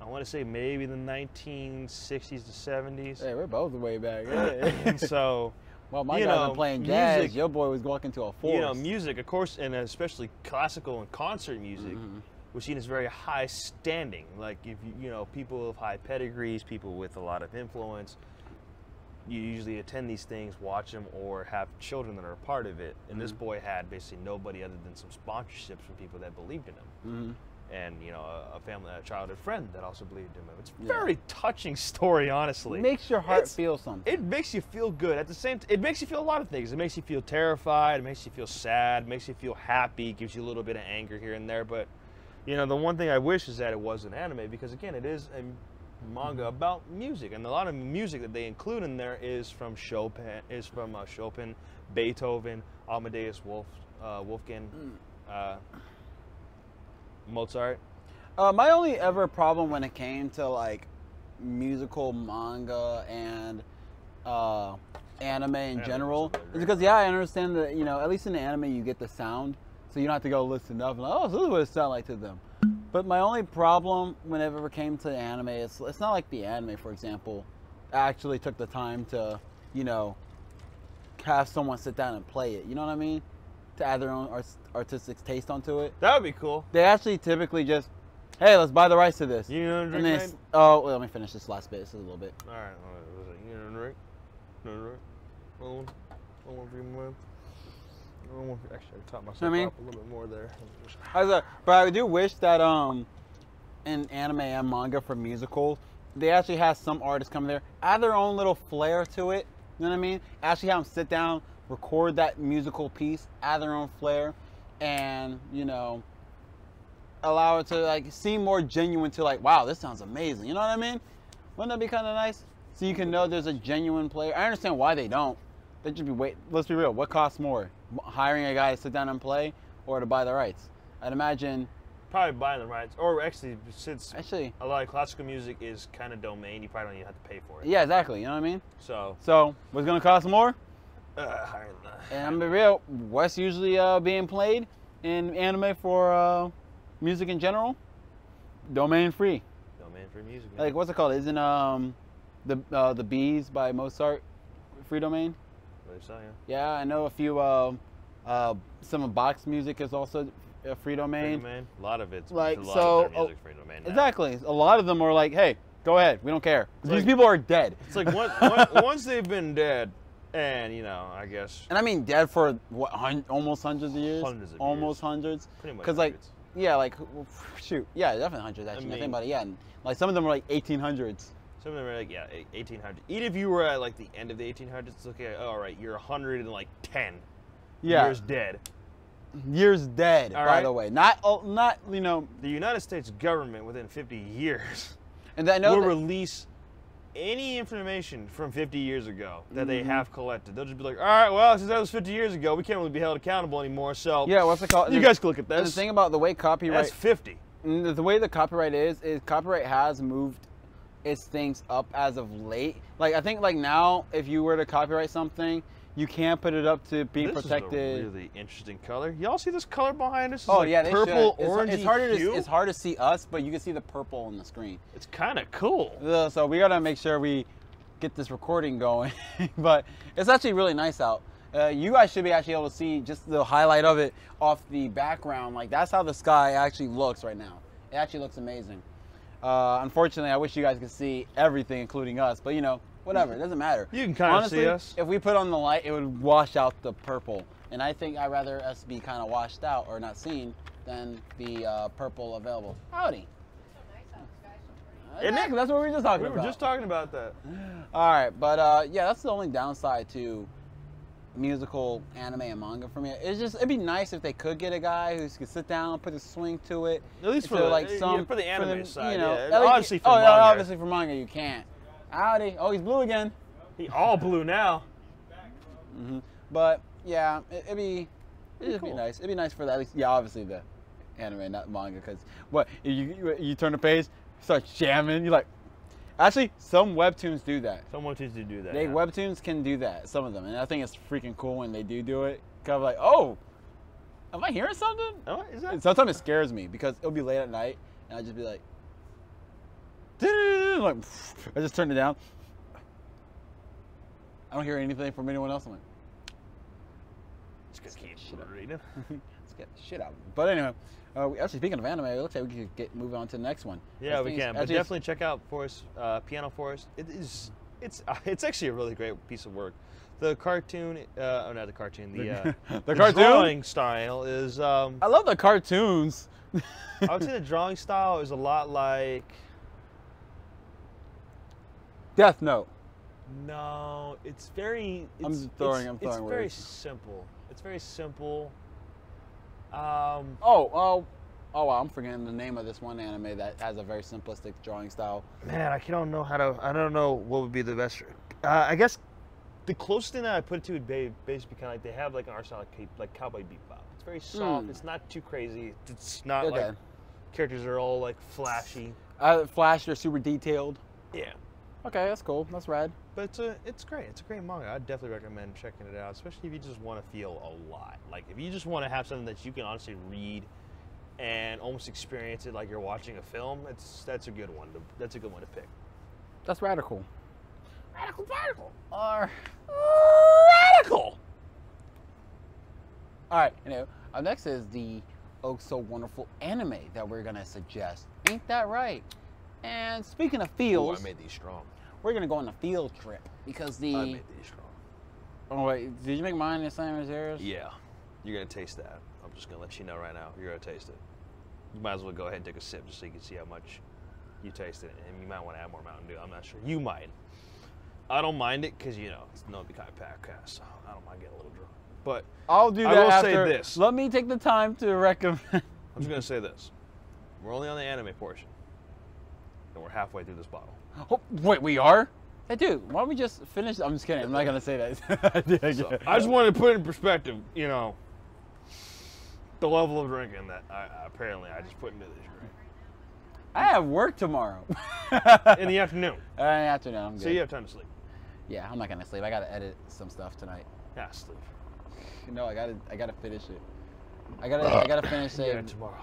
[SPEAKER 2] I want to say maybe the 1960s to 70s.
[SPEAKER 1] Hey, we're both way
[SPEAKER 2] <laughs>
[SPEAKER 1] back. Hey.
[SPEAKER 2] And so,
[SPEAKER 1] well, my
[SPEAKER 2] You
[SPEAKER 1] guy
[SPEAKER 2] know,
[SPEAKER 1] been playing jazz.
[SPEAKER 2] music-
[SPEAKER 1] Your boy was walking to a forest.
[SPEAKER 2] you know, music, of course, and especially classical and concert music
[SPEAKER 1] Mm-hmm.
[SPEAKER 2] was seen as very high standing. Like, if you, you know, people of high pedigrees, people with a lot of influence, you usually attend these things, watch them, or have children that are a part of it. And this boy had basically nobody other than some sponsorships from people that believed in him. And you know, a, a family, a childhood friend that also believed in him. It's a
[SPEAKER 1] Yeah.
[SPEAKER 2] very touching story, honestly.
[SPEAKER 1] Makes your heart
[SPEAKER 2] It's-
[SPEAKER 1] feel something.
[SPEAKER 2] It makes you feel good. At the same, t- it makes you feel a lot of things. It makes you feel terrified. It makes you feel sad. It makes you feel happy. It gives you a little bit of anger here and there. But you know, the one thing I wish is that it was an anime because again, it is a manga
[SPEAKER 1] Mm-hmm.
[SPEAKER 2] about music, and a lot of music that they include in there is from Chopin, is from uh, Chopin, Beethoven, Amadeus Wolf, uh, Wolfgang,
[SPEAKER 1] Mm.
[SPEAKER 2] uh, Mozart.
[SPEAKER 1] Uh, my only ever problem when it came to like musical manga and uh, anime in
[SPEAKER 2] Anime's
[SPEAKER 1] general
[SPEAKER 2] another
[SPEAKER 1] is because yeah, I understand that you know at least in the anime you get the sound, so you don't have to go listen up and like, oh so this is what it sound like to them. But my only problem whenever it came to the anime is it's not like the anime, for example, actually took the time to you know have someone sit down and play it. You know what I mean? To add their own art- artistic taste onto it.
[SPEAKER 2] That would be cool.
[SPEAKER 1] They actually typically just, hey, let's buy the rights to this.
[SPEAKER 2] You know,
[SPEAKER 1] and then, s- oh, wait, let me finish this last bit. This is a little bit.
[SPEAKER 2] All right, all right, was it? You know, right? No, right? Another one? Another one for you, man? Another one for- Actually, I taught myself
[SPEAKER 1] mean-
[SPEAKER 2] up a little bit more there.
[SPEAKER 1] I was like, but I do wish that um, in anime and manga for musicals, they actually have some artists come there, add their own little flair to it. You know what I mean? Actually have them sit down, record that musical piece, add their own flair, and you know, allow it to like seem more genuine. To like, wow, this sounds amazing. You know what I mean? Wouldn't that be kind of nice? So you can know there's a genuine player. I understand why they don't. They should be wait. Let's be real. What costs more, M- hiring a guy to sit down and play, or to buy the rights? I'd imagine.
[SPEAKER 2] Probably buying the rights, or actually, since
[SPEAKER 1] Actually,
[SPEAKER 2] a lot of classical music is kind of domain, you probably don't even have to pay for it.
[SPEAKER 1] yeah, exactly. You know what I mean?
[SPEAKER 2] So,
[SPEAKER 1] So what's gonna cost more?
[SPEAKER 2] uh, hiring the-
[SPEAKER 1] And I'm gonna be real. What's usually uh, being played in anime for uh, music in general? Domain free.
[SPEAKER 2] domain for music. Man.
[SPEAKER 1] Like what's it called? Isn't um, the uh, the bees by Mozart free domain?
[SPEAKER 2] Believe so, yeah.
[SPEAKER 1] Yeah, I know a few. Uh, uh, some of Bach's music is also uh, free
[SPEAKER 2] Free
[SPEAKER 1] domain.
[SPEAKER 2] domain. A lot of it's
[SPEAKER 1] like,
[SPEAKER 2] a lot
[SPEAKER 1] so-
[SPEAKER 2] Of
[SPEAKER 1] oh,
[SPEAKER 2] their music's free domain. now.
[SPEAKER 1] Exactly. A lot of them are like, "Hey, go ahead. We don't care." These
[SPEAKER 2] like-
[SPEAKER 1] people are dead.
[SPEAKER 2] It's like one, one, once they've been dead, and you know, I guess
[SPEAKER 1] and I mean dead for what hun- almost hundreds of years.
[SPEAKER 2] Hundreds of
[SPEAKER 1] almost
[SPEAKER 2] years.
[SPEAKER 1] hundrets.
[SPEAKER 2] Pretty much
[SPEAKER 1] like,
[SPEAKER 2] hundreds.
[SPEAKER 1] yeah, like <laughs> who- shoot, yeah, definitely hundreds. Actually, I,
[SPEAKER 2] mean-
[SPEAKER 1] think about it. Yeah, and like some of them are like 1800s.
[SPEAKER 2] Some of them are like, yeah, eight- 1800. Even if you were at like the end of the 1800s, it's okay, Oh, all right, you're 110
[SPEAKER 1] Yeah,
[SPEAKER 2] years dead.
[SPEAKER 1] years dead.
[SPEAKER 2] All
[SPEAKER 1] by
[SPEAKER 2] right.
[SPEAKER 1] the way, not oh, not you know,
[SPEAKER 2] The United States government within 50 years
[SPEAKER 1] and I know
[SPEAKER 2] will
[SPEAKER 1] that-
[SPEAKER 2] release any information from 50 years ago that they
[SPEAKER 1] Mm-hmm.
[SPEAKER 2] have collected. They'll just be like, all right, well, since that was 50 years ago, we can't really be held accountable anymore. So
[SPEAKER 1] Yeah, what's it called?
[SPEAKER 2] You guys can look at
[SPEAKER 1] the
[SPEAKER 2] this.
[SPEAKER 1] thing about the way copyright
[SPEAKER 2] That's 50.
[SPEAKER 1] And the the way the copyright is is copyright has moved its things up as of late like i think like now if you were to copyright something you can put it up to being
[SPEAKER 2] This
[SPEAKER 1] protected
[SPEAKER 2] is a really interesting color. Y'all see this color behind us? It's
[SPEAKER 1] oh
[SPEAKER 2] like
[SPEAKER 1] yeah they
[SPEAKER 2] purple,
[SPEAKER 1] should. It's-
[SPEAKER 2] orange.
[SPEAKER 1] it's, harder to, it's hard to see us but you can see the purple on the screen
[SPEAKER 2] It's kind of cool.
[SPEAKER 1] Uh, so we gotta make sure we get this recording going <laughs> but it's actually really nice out uh, you guys should be actually able to see just the highlight of it off the background like that's how the sky actually looks right now it actually looks amazing uh, unfortunately i wish you guys could see everything including us but you know whatever it doesn't matter
[SPEAKER 2] You can kinda
[SPEAKER 1] Honestly,
[SPEAKER 2] see us.
[SPEAKER 1] if we put on the light it would wash out the purple and i think i'd rather us be kind of washed out or not seen than the uh, purple available howdy
[SPEAKER 2] Isn't it?
[SPEAKER 1] Exactly, that's what we were just talking
[SPEAKER 2] We
[SPEAKER 1] about
[SPEAKER 2] were just talking about that.
[SPEAKER 1] all right, but uh, yeah, that's the only downside to musical anime and manga from it. It's just it'd be nice if they could get a guy who could sit down, put a swing to it.
[SPEAKER 2] At least for
[SPEAKER 1] so,
[SPEAKER 2] the-
[SPEAKER 1] like
[SPEAKER 2] yeah,
[SPEAKER 1] some
[SPEAKER 2] for the anime side,
[SPEAKER 1] you know,
[SPEAKER 2] yeah.
[SPEAKER 1] at least-
[SPEAKER 2] Obviously for
[SPEAKER 1] oh, yeah,
[SPEAKER 2] manga.
[SPEAKER 1] obviously for manga you can't. Howdy. Oh, he's blue again. Mm-hmm.
[SPEAKER 2] He all blue now.
[SPEAKER 1] But yeah, it, it'd be it'd
[SPEAKER 2] cool.
[SPEAKER 1] be nice. It'd be nice for that. At least, yeah, obviously the anime, not manga, because what you, you you turn the page, start jamming. You like actually some webtoons do that.
[SPEAKER 2] Someone needs to do that.
[SPEAKER 1] They
[SPEAKER 2] now.
[SPEAKER 1] webtoons can do that. Some of them, and I think it's freaking cool when they do do it. Kind of like, oh, am I hearing something?
[SPEAKER 2] Oh, is that?
[SPEAKER 1] And sometimes it scares me because it'll be late at night, and I just be like, like <laughs> I just turned it down. I don't hear anything from anyone else. I'm like,
[SPEAKER 2] Just gonna keep reading.
[SPEAKER 1] Let's get the shit out of them. But anyway, uh, we, actually speaking of anime, it looks like we could get move on to the next one.
[SPEAKER 2] Yeah,
[SPEAKER 1] This
[SPEAKER 2] we
[SPEAKER 1] thing is-
[SPEAKER 2] can. But
[SPEAKER 1] actually, it's-
[SPEAKER 2] definitely check out Forest uh, Piano Forest. It is. It's <laughs> uh, it's actually a really great piece of work. The cartoon, uh, oh not the cartoon, the
[SPEAKER 1] <laughs>
[SPEAKER 2] uh,
[SPEAKER 1] <laughs> The cartoon?
[SPEAKER 2] drawing style is. Um,
[SPEAKER 1] I love the cartoons.
[SPEAKER 2] I
[SPEAKER 1] <laughs>
[SPEAKER 2] would say the drawing style is a lot like.
[SPEAKER 1] Death Note.
[SPEAKER 2] No, it's very. It's,
[SPEAKER 1] I'm throwing-
[SPEAKER 2] It's,
[SPEAKER 1] I'm
[SPEAKER 2] it's
[SPEAKER 1] throwing
[SPEAKER 2] very
[SPEAKER 1] words.
[SPEAKER 2] simple. It's very simple. Um,
[SPEAKER 1] Oh, oh, oh! Wow, I'm forgetting the name of this one anime that has a very simplistic drawing style.
[SPEAKER 2] Man, I don't know how to. I don't know what would be the best. Uh, I guess the closest thing that I put it to would be basically kind of like they have like an arsenal like, ca- like cowboy bebop. It's very soft.
[SPEAKER 1] Hmm.
[SPEAKER 2] It's not too crazy. It's not like
[SPEAKER 1] Okay.
[SPEAKER 2] characters are all like flashy.
[SPEAKER 1] Uh, Flash, they're super detailed.
[SPEAKER 2] Yeah,
[SPEAKER 1] Okay, that's cool. That's rad.
[SPEAKER 2] but it's a, it's great. It's a great manga. I would definitely recommend checking it out, especially if you just want to feel a lot. Like if you just want to have something that you can honestly read and almost experience it like you're watching a film. It's that's a good one. To, that's a good one to pick.
[SPEAKER 1] That's radical.
[SPEAKER 2] Radical particle.
[SPEAKER 1] Or,
[SPEAKER 2] Radical.
[SPEAKER 1] all right. Anyway, uh, next is the oh so wonderful anime that we're gonna suggest. Ain't that right? And speaking of
[SPEAKER 2] Ooh,
[SPEAKER 1] fields,
[SPEAKER 2] I made these strong.
[SPEAKER 1] we're gonna go on a field trip because the
[SPEAKER 2] I made these strong.
[SPEAKER 1] Oh wait, did you make mine the same as yours?
[SPEAKER 2] Yeah. You're gonna taste that. I'm just gonna let you know right now. You're gonna taste it. You might as well go ahead and take a sip just so you can see how much you taste it, and you might want to add more Mountain Dew. I'm not sure. You might. I don't mind it because you know it's no be kind of podcast, so I don't mind getting a little drunk. But
[SPEAKER 1] I'll do
[SPEAKER 2] I
[SPEAKER 1] that
[SPEAKER 2] will say
[SPEAKER 1] after-
[SPEAKER 2] this.
[SPEAKER 1] Let me take the time to recommend. <laughs>
[SPEAKER 2] I'm just gonna say this: we're only on the anime portion, and we're halfway through this bottle.
[SPEAKER 1] oh, wait, we are? Hey, dude, why don't we just finish? I'm just kidding. I'm not gonna say that. <laughs> I did, I
[SPEAKER 2] So,
[SPEAKER 1] guess.
[SPEAKER 2] I just wanted to put in perspective, you know, the level of drinking that I, apparently I just put into this drink
[SPEAKER 1] I have work tomorrow. <laughs>
[SPEAKER 2] in the afternoon,
[SPEAKER 1] Uh, afternoon, I'm good.
[SPEAKER 2] so you have time to sleep.
[SPEAKER 1] Yeah, I'm not gonna sleep. I gotta edit some stuff tonight. <laughs>
[SPEAKER 2] Yeah, sleep.
[SPEAKER 1] No, I gotta, I gotta finish it. I gotta, I gotta finish
[SPEAKER 2] <laughs> Yeah,
[SPEAKER 1] saying
[SPEAKER 2] tomorrow.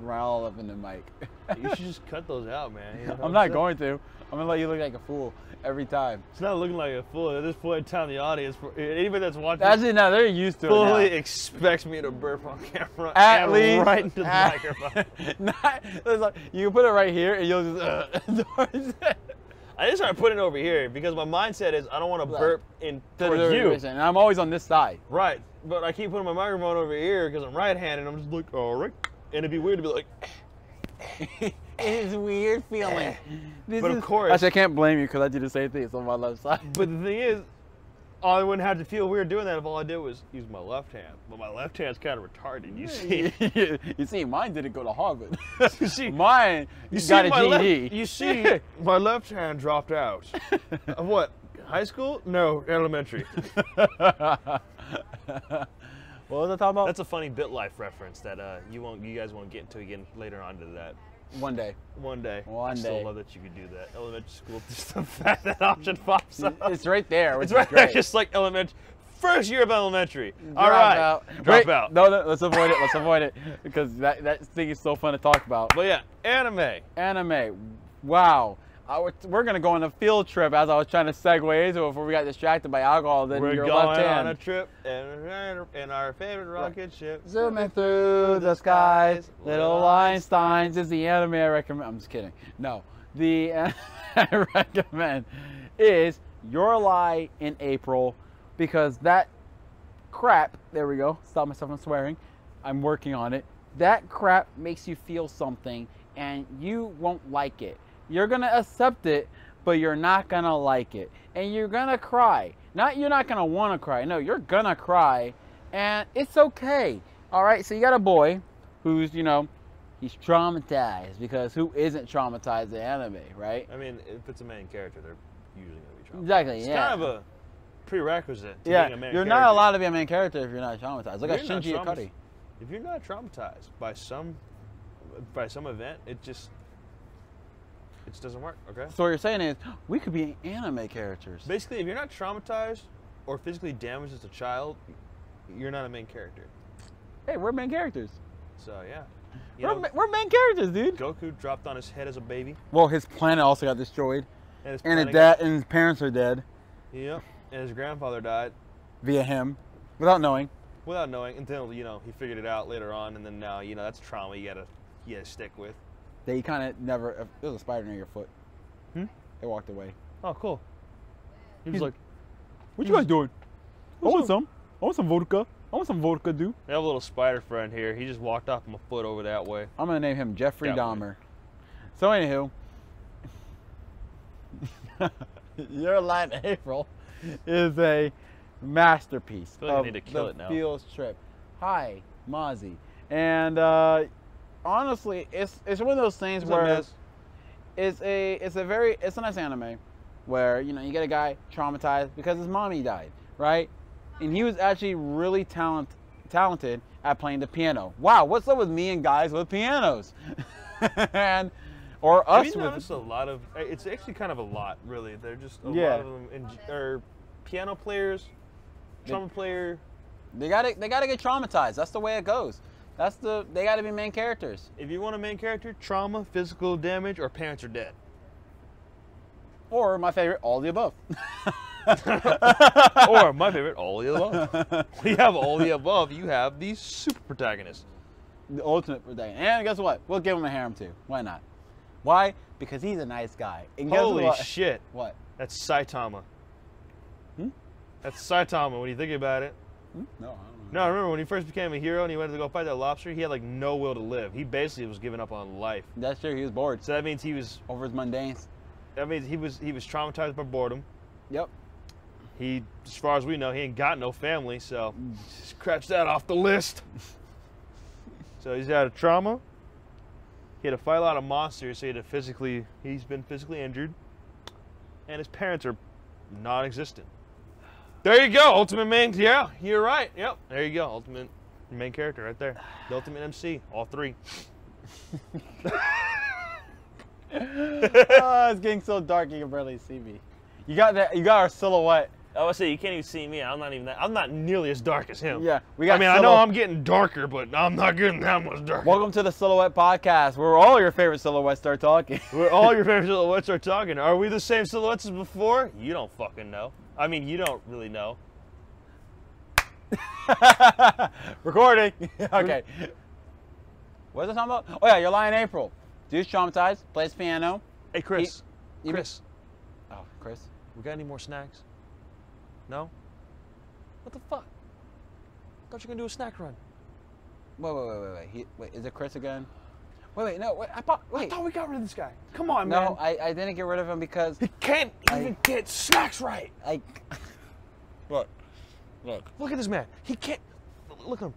[SPEAKER 1] growl up in the mic. <laughs>
[SPEAKER 2] You should just cut those out, man. you know what
[SPEAKER 1] I'm not
[SPEAKER 2] saying?
[SPEAKER 1] going to. I'm gonna let you look like a fool every time.
[SPEAKER 2] It's not looking like a fool at this point in time. The audience, for anybody that's watching,
[SPEAKER 1] That's it. Now they're used to it. now. <laughs>
[SPEAKER 2] fully expects me to burp on camera
[SPEAKER 1] at
[SPEAKER 2] and
[SPEAKER 1] least
[SPEAKER 2] right into the
[SPEAKER 1] at-
[SPEAKER 2] microphone.
[SPEAKER 1] Not- it's like, you can put it right here, and you'll just. <laughs> Uh,
[SPEAKER 2] I just started putting it over here because my mindset is I don't want to burp in towards you.
[SPEAKER 1] and I'm always on this side. <laughs>
[SPEAKER 2] Right, but I keep putting my microphone over here because I'm right-handed. I'm just like, all right, and it'd be weird to be like, <sighs>
[SPEAKER 1] it is a weird <laughs> feeling. This
[SPEAKER 2] But of
[SPEAKER 1] is-
[SPEAKER 2] course-
[SPEAKER 1] actually, I can't blame you because I do the same thing. It's on my left
[SPEAKER 2] <laughs>
[SPEAKER 1] side.
[SPEAKER 2] but the thing is, I wouldn't have to feel weird doing that if all I did was use my left hand. But my left hand's kind of retarded. You see,
[SPEAKER 1] <laughs> you see, mine didn't go to Harvard. <laughs>
[SPEAKER 2] <laughs> you see,
[SPEAKER 1] mine
[SPEAKER 2] you
[SPEAKER 1] got a E.
[SPEAKER 2] my left-
[SPEAKER 1] GED.
[SPEAKER 2] <laughs> you see, my left hand
[SPEAKER 1] <laughs>
[SPEAKER 2] dropped out. of what? High school? No, elementary.
[SPEAKER 1] what was I talking about?
[SPEAKER 2] That's a funny BitLife reference that uh, you won't, you guys won't get into again later on to that.
[SPEAKER 1] One day.
[SPEAKER 2] One day.
[SPEAKER 1] One
[SPEAKER 2] I still
[SPEAKER 1] day.
[SPEAKER 2] love that you could do that. Elementary school, <laughs> just the fact that option pops up.
[SPEAKER 1] It's right there. Which
[SPEAKER 2] <laughs> It's
[SPEAKER 1] is
[SPEAKER 2] right there,
[SPEAKER 1] great.
[SPEAKER 2] just like elementary. First year of elementary. All
[SPEAKER 1] Drop
[SPEAKER 2] right.
[SPEAKER 1] out.
[SPEAKER 2] Drop
[SPEAKER 1] Wait,
[SPEAKER 2] out.
[SPEAKER 1] No, no, let's avoid it. Let's avoid it because that, that thing is so fun to talk about.
[SPEAKER 2] But yeah, anime.
[SPEAKER 1] Anime. Wow. I was, we're gonna go on a field trip as I was trying to segue into it before we got distracted by alcohol. Then
[SPEAKER 2] We're
[SPEAKER 1] your
[SPEAKER 2] going
[SPEAKER 1] left
[SPEAKER 2] on
[SPEAKER 1] hand.
[SPEAKER 2] a trip in, in our favorite rocket ship.
[SPEAKER 1] Zooming through the skies, little Einsteins is the anime I recommend. I'm just kidding. No, the anime <laughs> I recommend is Your Lie in April because that crap, there we go, stop myself from swearing. I'm working on it. That crap makes you feel something and you won't like it. You're going to accept it, but you're not going to like it. And you're going to cry. Not you're not gonna wanna cry. No, you're gonna cry, and it's okay. All right. So you got a boy who's you know he's traumatized because who isn't traumatized at anime, right?
[SPEAKER 2] I mean, if it's a main character, they're usually gonna be traumatized.
[SPEAKER 1] Exactly.
[SPEAKER 2] It's
[SPEAKER 1] yeah.
[SPEAKER 2] kind of a prerequisite to
[SPEAKER 1] yeah.
[SPEAKER 2] being a main
[SPEAKER 1] you're
[SPEAKER 2] character.
[SPEAKER 1] not allowed to be a main character if you're not traumatized. Look at
[SPEAKER 2] If you're not
[SPEAKER 1] Shinji
[SPEAKER 2] traumas-
[SPEAKER 1] Ikari.
[SPEAKER 2] If you're not traumatized by some by some event, it just it just doesn't work. Okay.
[SPEAKER 1] So what you're saying is we could be anime characters.
[SPEAKER 2] Basically, if you're not traumatized or physically damaged as a child, you're not a main character.
[SPEAKER 1] Hey, we're main characters.
[SPEAKER 2] So yeah. You
[SPEAKER 1] We're,
[SPEAKER 2] know,
[SPEAKER 1] ma- we're main characters, dude.
[SPEAKER 2] Goku dropped on his head as a baby,
[SPEAKER 1] Well, his planet also got destroyed,
[SPEAKER 2] and his
[SPEAKER 1] and his
[SPEAKER 2] planet
[SPEAKER 1] dad and his parents are dead
[SPEAKER 2] got- Yep. And his grandfather died
[SPEAKER 1] via him, without knowing.
[SPEAKER 2] without knowing until you know he figured it out later on, and then now you know that's trauma you gotta you gotta stick with.
[SPEAKER 1] They kind of never. There's a spider near your foot.
[SPEAKER 2] Hmm?
[SPEAKER 1] They walked away.
[SPEAKER 2] Oh, cool. He was
[SPEAKER 1] He's-
[SPEAKER 2] like,
[SPEAKER 1] What you guys doing? I want some. I want some vodka. I want some vodka, dude.
[SPEAKER 2] I have a little spider friend here. He just walked off my foot over that way.
[SPEAKER 1] I'm gonna name him Jeffrey
[SPEAKER 2] Definitely.
[SPEAKER 1] Dahmer. So anywho, <laughs> your line <laughs> of April is a masterpiece
[SPEAKER 2] feel like I
[SPEAKER 1] of
[SPEAKER 2] need to kill
[SPEAKER 1] the
[SPEAKER 2] it now.
[SPEAKER 1] Fields trip. Hi, Mozzie, and uh, honestly, it's it's one of those things
[SPEAKER 2] What's up,
[SPEAKER 1] where
[SPEAKER 2] Maz?
[SPEAKER 1] it's a it's a very it's a nice anime where you know you get a guy traumatized because his mommy died, right? And he was actually really talent talented at playing the piano. Wow, what's up with me and guys with pianos? <laughs> and or us
[SPEAKER 2] Have you
[SPEAKER 1] with
[SPEAKER 2] noticed a lot of? uh, It's actually kind of a lot, really. They're just a
[SPEAKER 1] Yeah.
[SPEAKER 2] lot of them in, are piano players,
[SPEAKER 1] They-
[SPEAKER 2] trumpet player.
[SPEAKER 1] they got to they got to get traumatized. That's the way it goes. That's the they got to be main characters.
[SPEAKER 2] If you want a main character, trauma, physical damage, or parents are dead.
[SPEAKER 1] Or my favorite, all the above. <laughs>
[SPEAKER 2] or my favorite, all the above. we have all the above. You have the super protagonist.
[SPEAKER 1] the ultimate protagonist. And guess what? We'll give him a harem too. Why not? Why? Because he's a nice guy. And guess
[SPEAKER 2] Holy
[SPEAKER 1] what?
[SPEAKER 2] shit!
[SPEAKER 1] What?
[SPEAKER 2] That's Saitama.
[SPEAKER 1] Hmm?
[SPEAKER 2] That's Saitama. When you think about it.
[SPEAKER 1] Hmm? No, I don't know.
[SPEAKER 2] No, I remember when he first became a hero and he went to go fight that lobster. He had like no will to live. He basically was giving up on life.
[SPEAKER 1] That's true. He was bored
[SPEAKER 2] So that means he was
[SPEAKER 1] over his mundanes.
[SPEAKER 2] that means he was he was traumatized by boredom.
[SPEAKER 1] Yep.
[SPEAKER 2] He, as far as we know, he ain't got no family, so scratch that off
[SPEAKER 1] <laughs>
[SPEAKER 2] the list. so he's had a trauma. He had to fight a lot of monsters, so he had to physically he's been physically injured. And his parents are non existent. There you go, ultimate main yeah, you're right. Yep, there you go, ultimate main character right there. The ultimate MC, all three.
[SPEAKER 1] <laughs> oh, it's getting so dark you can barely see me. You got that? You got our silhouette.
[SPEAKER 2] Oh, I would say you can't even see me. I'm not even that I'm not nearly as dark as him.
[SPEAKER 1] Yeah, we got.
[SPEAKER 2] I mean, I know
[SPEAKER 1] silhou-
[SPEAKER 2] I'm getting darker, but I'm not getting that much darker.
[SPEAKER 1] Welcome to the Silhouette Podcast, where all your favorite silhouettes start <laughs> talking.
[SPEAKER 2] Where all your favorite silhouettes are talking. Are we the same silhouettes as before? You don't fucking know. I mean, you don't really know. <laughs>
[SPEAKER 1] Recording. okay. What was I talking about? Oh yeah, you're lying, April. Dude's traumatized. Plays piano.
[SPEAKER 2] Hey, Chris.
[SPEAKER 1] Even-
[SPEAKER 2] Chris,
[SPEAKER 1] Oh, Chris.
[SPEAKER 2] we got any more snacks? No. What the fuck? Thought you were gonna do a snack run.
[SPEAKER 1] Wait, wait, wait, wait, wait. He, wait, is it Chris again? Wait, wait, no. Wait, I thought.
[SPEAKER 2] I
[SPEAKER 1] Wait.
[SPEAKER 2] thought we got rid of this guy. Come on, man.
[SPEAKER 1] No, I, I didn't get rid of him <laughs> because
[SPEAKER 2] he can't
[SPEAKER 1] I-
[SPEAKER 2] even get snacks right.
[SPEAKER 1] I. Look. Look.
[SPEAKER 2] Look at this man. He can't. Look at him,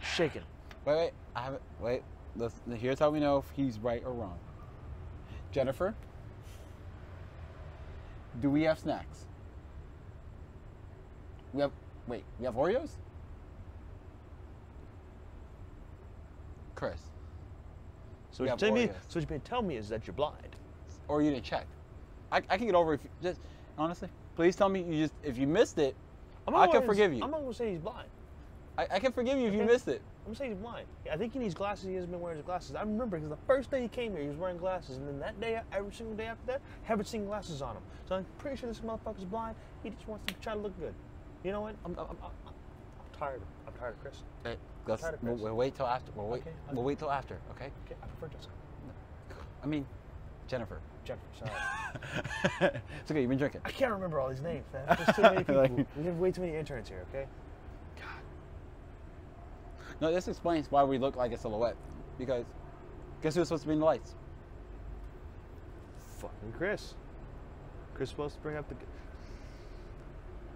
[SPEAKER 2] shaking.
[SPEAKER 1] Wait, wait. I haven't. Wait. Let's, here's how we know if he's right or wrong. Jennifer, do we have snacks? We have. Wait. We have Oreos. Chris, We
[SPEAKER 2] So what you're
[SPEAKER 1] have
[SPEAKER 2] telling me,
[SPEAKER 1] Oreos.
[SPEAKER 2] so what you've been telling me is that you're blind.
[SPEAKER 1] or you didn't check. I, I can get over if you just honestly. Please tell me you just if you missed it.
[SPEAKER 2] I'm
[SPEAKER 1] I
[SPEAKER 2] not
[SPEAKER 1] can
[SPEAKER 2] gonna-
[SPEAKER 1] forgive you.
[SPEAKER 2] I'm not gonna say he's blind.
[SPEAKER 1] I, I can forgive you if you
[SPEAKER 2] Okay.
[SPEAKER 1] missed it.
[SPEAKER 2] I'm saying he's blind. I think he needs glasses. He hasn't been wearing his glasses. I remember because the first day he came here, he was wearing glasses, and then that day, every single day after that, haven't seen glasses on him. So I'm pretty sure this motherfucker's blind. He just wants to try to look good. You know what? I'm, I'm, I'm, I'm, I'm tired. I'm tired of Chris.
[SPEAKER 1] Hey, let's
[SPEAKER 2] tired of
[SPEAKER 1] we'll,
[SPEAKER 2] Chris.
[SPEAKER 1] we'll wait till after. We'll wait.
[SPEAKER 2] Okay, okay.
[SPEAKER 1] We'll wait till after. Okay.
[SPEAKER 2] Okay, uh, I prefer Jessica.
[SPEAKER 1] I mean, Jennifer.
[SPEAKER 2] Jennifer. Sorry.
[SPEAKER 1] it's okay. You've been drinking.
[SPEAKER 2] I can't remember all these names. Man. There's too many people.
[SPEAKER 1] Like-
[SPEAKER 2] we have way too many interns here. Okay.
[SPEAKER 1] No, this explains why we look like a silhouette. Because guess who's supposed to be in the lights?
[SPEAKER 2] Fucking Chris. Chris supposed to bring up the.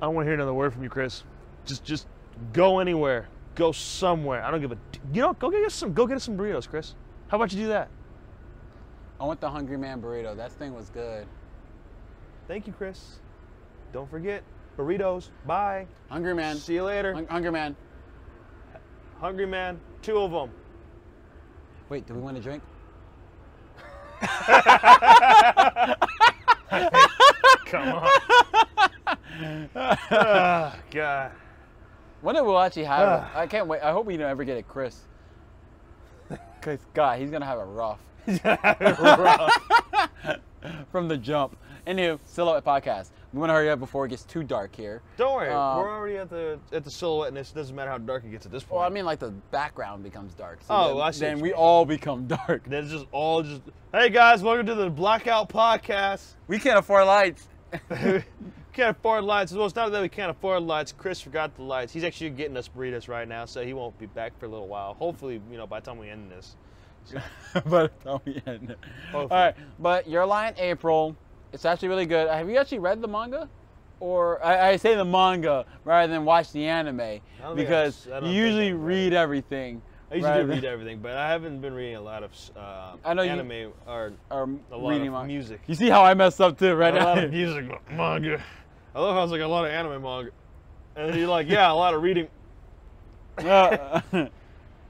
[SPEAKER 2] I don't want to hear another word from you, Chris. Just just go anywhere. Go somewhere. I don't give a. d- You know, go get us some. Go get us some burritos, Chris. How about you do that?
[SPEAKER 1] I want the Hungry Man burrito. That thing was good.
[SPEAKER 2] Thank you, Chris. Don't forget burritos. Bye.
[SPEAKER 1] Hungry Man.
[SPEAKER 2] See you later.
[SPEAKER 1] Hun- Hungry Man.
[SPEAKER 2] Hungry man. Two of them.
[SPEAKER 1] Wait, do we want to drink?
[SPEAKER 2] Come <laughs> on. oh, God.
[SPEAKER 1] Wonder we'll actually have. it. I can't wait. I hope we don't ever get it,
[SPEAKER 2] <laughs>
[SPEAKER 1] Chris. Cause God, he's gonna have it rough <laughs> from the jump. Anywho, silhouette podcast. We want to hurry up before it gets too dark here.
[SPEAKER 2] Don't worry.
[SPEAKER 1] Um,
[SPEAKER 2] we're already at the at the silhouette, and it doesn't matter how dark it gets at this point.
[SPEAKER 1] Well, I mean, like the background becomes dark. So
[SPEAKER 2] Oh,
[SPEAKER 1] then,
[SPEAKER 2] I see what
[SPEAKER 1] Then
[SPEAKER 2] you
[SPEAKER 1] we all become <laughs> dark.
[SPEAKER 2] Then it's just all just. Hey guys, welcome to the Blackout Podcast. <laughs>
[SPEAKER 1] We can't afford lights.
[SPEAKER 2] can't afford lights. Well, it's not that we can't afford lights. Chris forgot the lights. He's actually getting us burritos right now, so he won't be back for a little while. Hopefully, you know, by the time we end this. <laughs>
[SPEAKER 1] but <laughs> oh, yeah, no. all right. But your line, April. It's actually really good. Have you actually read the manga? Or I, I say the manga rather than watch the anime
[SPEAKER 2] don't think
[SPEAKER 1] because
[SPEAKER 2] I've- I
[SPEAKER 1] you
[SPEAKER 2] don't think
[SPEAKER 1] usually
[SPEAKER 2] I've read
[SPEAKER 1] read everything.
[SPEAKER 2] I usually
[SPEAKER 1] rather
[SPEAKER 2] do
[SPEAKER 1] than-
[SPEAKER 2] read everything, but I haven't been reading a lot of uh,
[SPEAKER 1] I know you-
[SPEAKER 2] anime or
[SPEAKER 1] or
[SPEAKER 2] a lot
[SPEAKER 1] reading
[SPEAKER 2] of
[SPEAKER 1] manga.
[SPEAKER 2] music.
[SPEAKER 1] You see how I messed up too, right?
[SPEAKER 2] a lot
[SPEAKER 1] now?
[SPEAKER 2] of music manga. I love how it's like a lot of anime manga, and then you're like, yeah, a lot of reading.
[SPEAKER 1] <laughs>
[SPEAKER 2] <laughs>
[SPEAKER 1] Uh,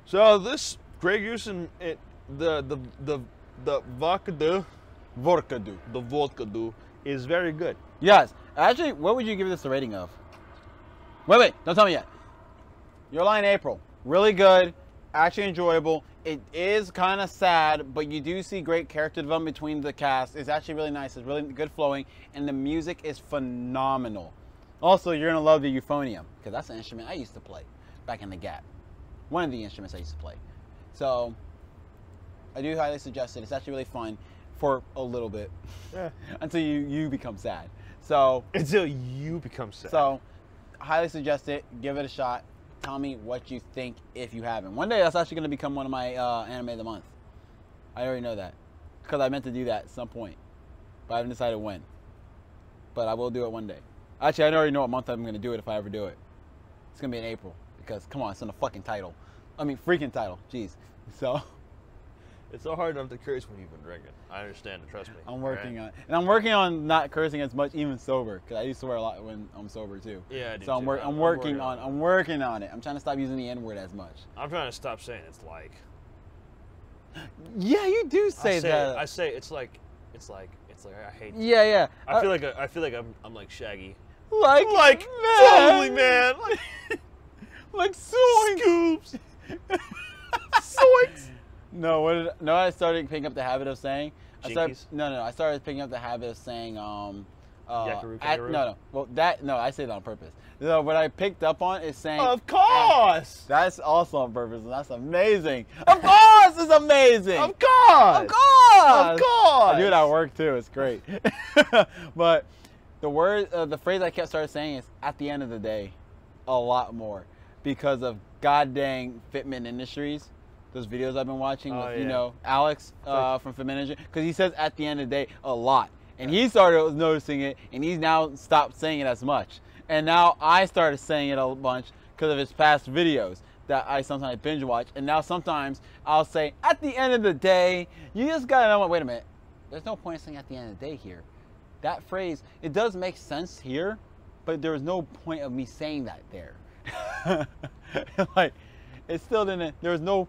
[SPEAKER 2] So this Grey Goose and it, the the the the vodka do, vodka do, the vodka do is very good.
[SPEAKER 1] yes. Actually, what would you give this a rating of? Wait, wait. Don't tell me yet. Your line, April. Really good. Actually enjoyable. It is kind of sad, but you do see great character development between the cast. It's actually really nice. It's really good flowing, and the music is phenomenal. Also, you're gonna love the euphonium because that's an instrument I used to play back in the Gap. One of the instruments I used to play. So, I do highly suggest it. It's actually really fun for a little bit <laughs> until you you become sad. So
[SPEAKER 2] Until you become sad.
[SPEAKER 1] so, highly suggest it. Give it a shot. Tell me what you think if you haven't. One day that's actually going to become one of my uh, anime of the month. I already know that because I meant to do that at some point, but I haven't decided when. But I will do it one day. Actually, I already know what month I'm going to do it if I ever do it. It's going to be in April because come on, it's in the fucking title. I mean, freaking title. Jeez. <laughs> So
[SPEAKER 2] it's so hard enough to curse when you've been drinking. I understand it. Trust me.
[SPEAKER 1] I'm working on, and I'm working on not cursing as much even sober because I used to swear a lot when I'm sober too.
[SPEAKER 2] Yeah, I do
[SPEAKER 1] So I'm,
[SPEAKER 2] too.
[SPEAKER 1] wor-
[SPEAKER 2] I'm-
[SPEAKER 1] I'm
[SPEAKER 2] I'm
[SPEAKER 1] working
[SPEAKER 2] working
[SPEAKER 1] on,
[SPEAKER 2] on it.
[SPEAKER 1] I'm working on it. I'm trying to stop using the N word as much.
[SPEAKER 2] I'm trying to stop saying it's like.
[SPEAKER 1] Yeah, you do say,
[SPEAKER 2] I say
[SPEAKER 1] that.
[SPEAKER 2] I say it's like, it's like, it's like I hate.
[SPEAKER 1] yeah, yeah. Uh,
[SPEAKER 2] I feel like I, I feel like I'm I'm like Shaggy.
[SPEAKER 1] like
[SPEAKER 2] Like totally man. Like,
[SPEAKER 1] like soinks. <laughs>
[SPEAKER 2] Zoinks.
[SPEAKER 1] No, what? Did, no, I started picking up the habit of saying. I started,
[SPEAKER 2] Jinkies?
[SPEAKER 1] no, no, I started picking up the habit of saying. Um, uh,
[SPEAKER 2] Yakaroo
[SPEAKER 1] at-
[SPEAKER 2] kangaroo?
[SPEAKER 1] no, no. Well, that no, I say that on purpose. No, what I picked up on is saying. uh,
[SPEAKER 2] Of course.
[SPEAKER 1] That's also on purpose. and That's amazing. Of course, it's amazing.
[SPEAKER 2] Of course.
[SPEAKER 1] Of course.
[SPEAKER 2] Of
[SPEAKER 1] I
[SPEAKER 2] course.
[SPEAKER 1] do it at work too. It's great. <laughs> but the word, uh, the phrase I kept started saying is at the end of the day, a lot more because of god dang Fitment Industries. Those videos I've been watching with
[SPEAKER 2] Oh,
[SPEAKER 1] you
[SPEAKER 2] yeah.
[SPEAKER 1] know Alex uh, from Fitment Industries because he says at the end of the day a lot, and he started noticing it, and he's now stopped saying it as much, and now I started saying it a bunch because of his past videos that I sometimes binge watch, and now sometimes I'll say at the end of the day, you just gotta know. Wait a minute, there's no point in saying at the end of the day here. That phrase, it does make sense here, but there was no point of me saying that there. <laughs> like, it still didn't, there was no,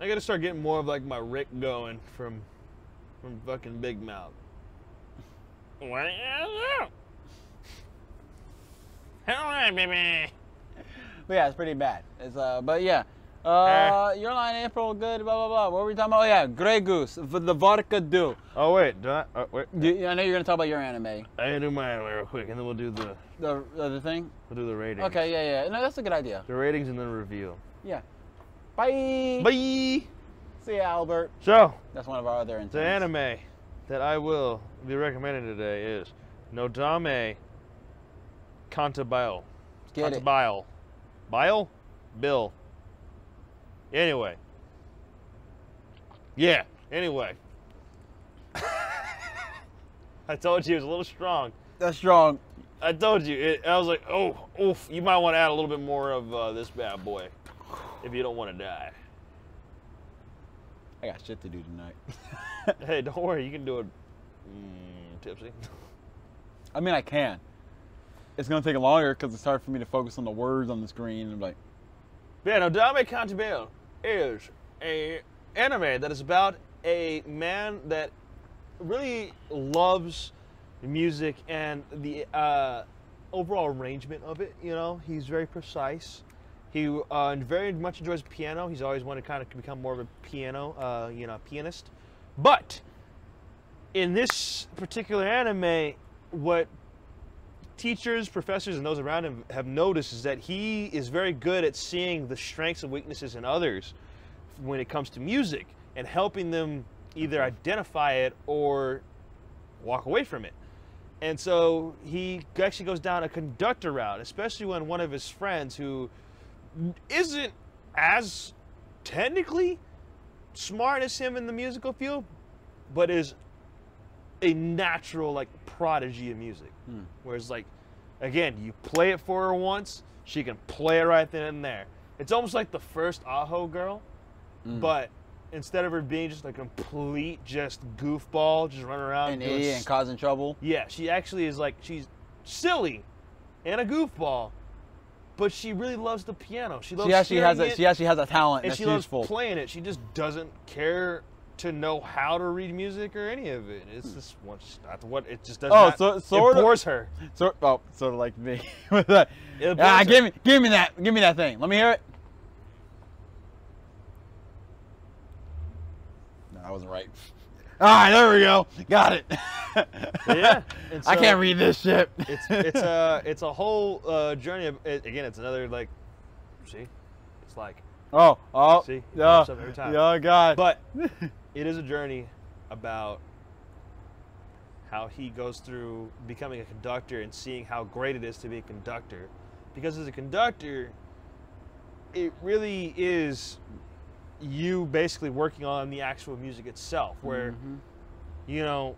[SPEAKER 2] I gotta start getting more of like my Rick going from from fucking Big Mouth. What is Hello, baby.
[SPEAKER 1] but yeah, it's pretty bad. It's, uh, but yeah. Uh,
[SPEAKER 2] Eh.
[SPEAKER 1] your line, April, good, blah, blah, blah. What were we talking about? Oh, yeah, Grey Goose, v- the Vodka Do.
[SPEAKER 2] Oh wait, do I? Oh, wait,
[SPEAKER 1] You, I know you're going to talk about your anime.
[SPEAKER 2] I gotta do mine real quick, and then we'll do the
[SPEAKER 1] The, the, the thing?
[SPEAKER 2] we'll do the ratings.
[SPEAKER 1] Okay, yeah, yeah. No, that's a good idea.
[SPEAKER 2] The ratings and then review.
[SPEAKER 1] Yeah. Bye.
[SPEAKER 2] Bye.
[SPEAKER 1] See ya, Albert.
[SPEAKER 2] So
[SPEAKER 1] That's one of our other
[SPEAKER 2] the
[SPEAKER 1] interns.
[SPEAKER 2] anime that I will be recommending today is Nodame Cantabile.
[SPEAKER 1] Get
[SPEAKER 2] Not
[SPEAKER 1] it.
[SPEAKER 2] Bile. Bile? Bill. Anyway. Yeah, anyway. <laughs> I told you it was a little strong.
[SPEAKER 1] That's strong.
[SPEAKER 2] I told you. It, I was like, oh, oof. You might want to add a little bit more of uh, this bad boy if you don't want
[SPEAKER 1] <laughs>
[SPEAKER 2] to die.
[SPEAKER 1] I got shit to do tonight. <laughs>
[SPEAKER 2] Hey, don't worry. You can do it mm, tipsy.
[SPEAKER 1] I mean, I can. It's gonna take longer because it's hard for me to focus on the words on the screen. And like,
[SPEAKER 2] Yeah, no, Dame Cantabile is a anime that is about a man that really loves music and the uh, overall arrangement of it. You know, he's very precise. He uh, and very much enjoys piano. He's always wanted to kind of become more of a piano, uh, you know, pianist. But in this particular anime, what teachers, professors, and those around him have noticed is that he is very good at seeing the strengths and weaknesses in others when it comes to music and helping them either identify it or walk away from it. And so he actually goes down a conductor route, especially when one of his friends who isn't as technically smart as him in the musical field, but is a natural like prodigy of music. Whereas like again, you play it for her once, she can play it right then and there. It's almost like the first Aho girl, but instead of her being just a complete just goofball, just running around
[SPEAKER 1] an
[SPEAKER 2] doing
[SPEAKER 1] idiot and causing trouble.
[SPEAKER 2] yeah, she actually is like she's silly and a goofball, but she really loves the piano. She loves
[SPEAKER 1] She actually has
[SPEAKER 2] hearing
[SPEAKER 1] a
[SPEAKER 2] it,
[SPEAKER 1] she actually has a talent
[SPEAKER 2] and
[SPEAKER 1] that's
[SPEAKER 2] she loves
[SPEAKER 1] useful.
[SPEAKER 2] playing it. She just doesn't care to know how to read music or any of it. It's just what that's what it just does.
[SPEAKER 1] Oh,
[SPEAKER 2] not,
[SPEAKER 1] so- sort
[SPEAKER 2] it
[SPEAKER 1] of-
[SPEAKER 2] bores her.
[SPEAKER 1] sort oh sort of like me <laughs> with that.
[SPEAKER 2] It
[SPEAKER 1] Ah,
[SPEAKER 2] blows
[SPEAKER 1] give me give me that give me that thing. Let me hear it. No, that wasn't right. <laughs> All right, there we go. Got it. <laughs>
[SPEAKER 2] Yeah, and
[SPEAKER 1] I
[SPEAKER 2] so-
[SPEAKER 1] can't read this shit. <laughs>
[SPEAKER 2] It's it's uh, a it's a whole uh, journey. Of, it, again, it's another like, see, it's like,
[SPEAKER 1] oh oh
[SPEAKER 2] See, it
[SPEAKER 1] yeah
[SPEAKER 2] pops up every time.
[SPEAKER 1] yeah god.
[SPEAKER 2] but
[SPEAKER 1] <laughs>
[SPEAKER 2] it is a journey about how he goes through becoming a conductor and seeing how great it is to be a conductor. Because as a conductor, it really is you basically working on the actual music itself, where
[SPEAKER 1] Mm-hmm.
[SPEAKER 2] you know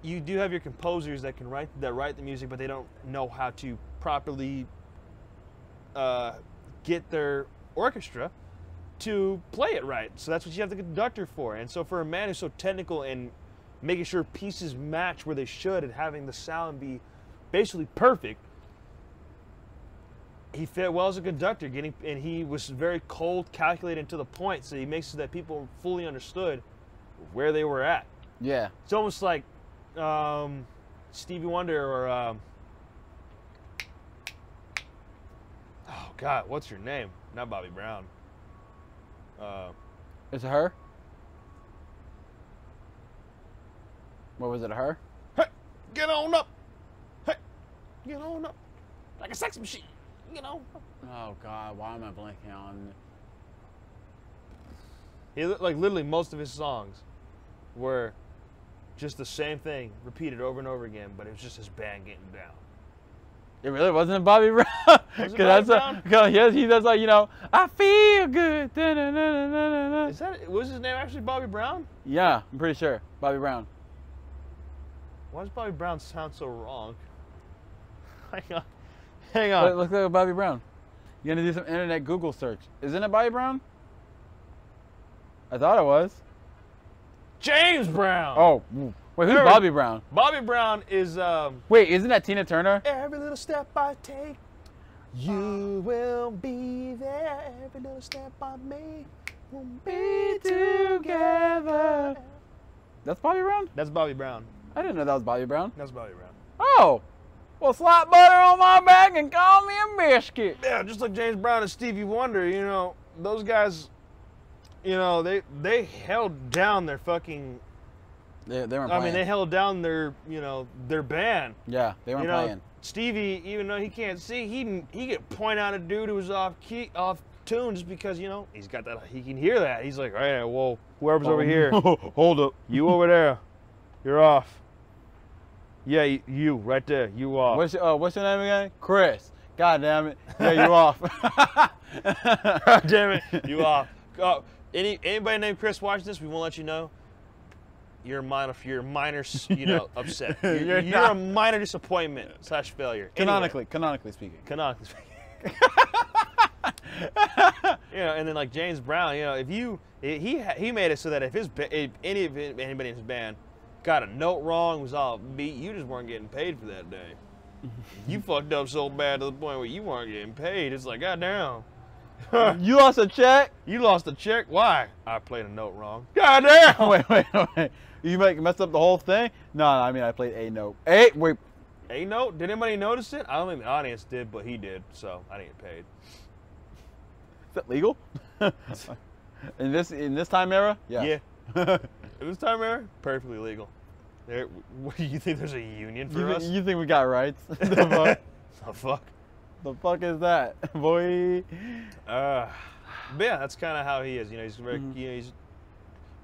[SPEAKER 2] you do have your composers that can write that write the music, but they don't know how to properly uh, get their orchestra to play it right. So that's what you have the conductor for. And so for a man who's so technical and making sure pieces match where they should and having the sound be basically perfect, he fared well as a conductor. Getting and he was very cold, calculated, and to the point. So he makes it that people fully understood where they were at.
[SPEAKER 1] yeah.
[SPEAKER 2] It's almost like um, Stevie Wonder or um, oh god, what's your name? Not Bobby Brown. Uh,
[SPEAKER 1] Is it her? What was it? Her?
[SPEAKER 2] hey, get on up. Hey, get on up. Like a sex machine. You know.
[SPEAKER 1] Oh god, why am I blanking on?
[SPEAKER 2] He li- like literally most of his songs were just the same thing repeated over and over again, but it was just his band getting down.
[SPEAKER 1] It really wasn't Bobby <laughs> Brown. Because
[SPEAKER 2] Bobby
[SPEAKER 1] that's a-
[SPEAKER 2] Brown?
[SPEAKER 1] 'cause yes, he does like you know. I feel good. da-da-da-da-da-da."
[SPEAKER 2] Is that was his name actually Bobby Brown?
[SPEAKER 1] Yeah, I'm pretty sure Bobby Brown.
[SPEAKER 2] Why does Bobby Brown sound so wrong? <laughs> Hang on. Hang
[SPEAKER 1] Look,
[SPEAKER 2] on.
[SPEAKER 1] looks like Bobby Brown. You gonna do some internet Google search? Isn't it Bobby Brown? I thought it was.
[SPEAKER 2] James Brown.
[SPEAKER 1] Oh, mm. wait, who's
[SPEAKER 2] Sure.
[SPEAKER 1] Bobby Brown?
[SPEAKER 2] Bobby Brown is um
[SPEAKER 1] Wait, isn't that Tina Turner?
[SPEAKER 2] every little step I take you will be there every little step I make will be
[SPEAKER 1] together. That's Bobby Brown.
[SPEAKER 2] That's Bobby Brown.
[SPEAKER 1] I didn't know that was Bobby Brown.
[SPEAKER 2] That's Bobby Brown.
[SPEAKER 1] Oh, well, slap butter on my back and call me a biscuit.
[SPEAKER 2] Yeah, just like James Brown and Stevie Wonder, you know, those guys you know, they they held down their fucking
[SPEAKER 1] They, they weren't
[SPEAKER 2] I
[SPEAKER 1] playing.
[SPEAKER 2] mean, they held down their, you know, their band.
[SPEAKER 1] yeah, they weren't
[SPEAKER 2] you know,
[SPEAKER 1] playing.
[SPEAKER 2] Stevie, even though he can't see, he he could point out a dude who was off key, off tune, just because you know he's got that. He can hear that. He's like, all right, well, whoever's
[SPEAKER 1] Oh. <laughs>
[SPEAKER 2] over here,
[SPEAKER 1] Hold up.
[SPEAKER 2] you over there, you're off. Yeah, y- you right there, you off.
[SPEAKER 1] What's your, uh, what's your name again? Chris. God damn it. Yeah, <laughs> you off.
[SPEAKER 2] <laughs> God
[SPEAKER 1] <laughs>
[SPEAKER 2] damn it, you off. Oh, any anybody named Chris watching this, we won't let you know. you're a minor, you're a minor, s- you
[SPEAKER 1] <laughs>
[SPEAKER 2] know, upset. You're,
[SPEAKER 1] You're
[SPEAKER 2] you're,
[SPEAKER 1] not-
[SPEAKER 2] a minor disappointment slash failure. Anyway,
[SPEAKER 1] Canonically, canonically speaking.
[SPEAKER 2] canonically. <laughs> you know, and then like James Brown, you know, if you he ha- he made it so that if his ba- if any of it- anybody in his band got a note wrong, was all beat, you just weren't getting paid for that day. you fucked up so bad to the point where you weren't getting paid. It's like, goddamn.
[SPEAKER 1] <laughs> You lost a <laughs> check?
[SPEAKER 2] You lost a check. Why? I played a note wrong. Goddamn.
[SPEAKER 1] Wait, wait, wait. You make messed up the whole thing? No, no, I mean I played a note. A wait,
[SPEAKER 2] A note. Did anybody notice it? I don't think the audience did, but he did. So I didn't get paid.
[SPEAKER 1] is that legal? <laughs> in this in this time era? Yeah. Yeah.
[SPEAKER 2] At <laughs> this time era, perfectly legal. There, <laughs> what, you think there's a union for
[SPEAKER 1] you, thi-
[SPEAKER 2] us?
[SPEAKER 1] you think we got rights? <laughs> the
[SPEAKER 2] <laughs>
[SPEAKER 1] fuck?
[SPEAKER 2] the fuck?
[SPEAKER 1] <laughs> The fuck is that, boy?
[SPEAKER 2] Uh, but yeah, that's kind of how he is. You know, he's very,
[SPEAKER 1] Mhm.
[SPEAKER 2] you know, he's,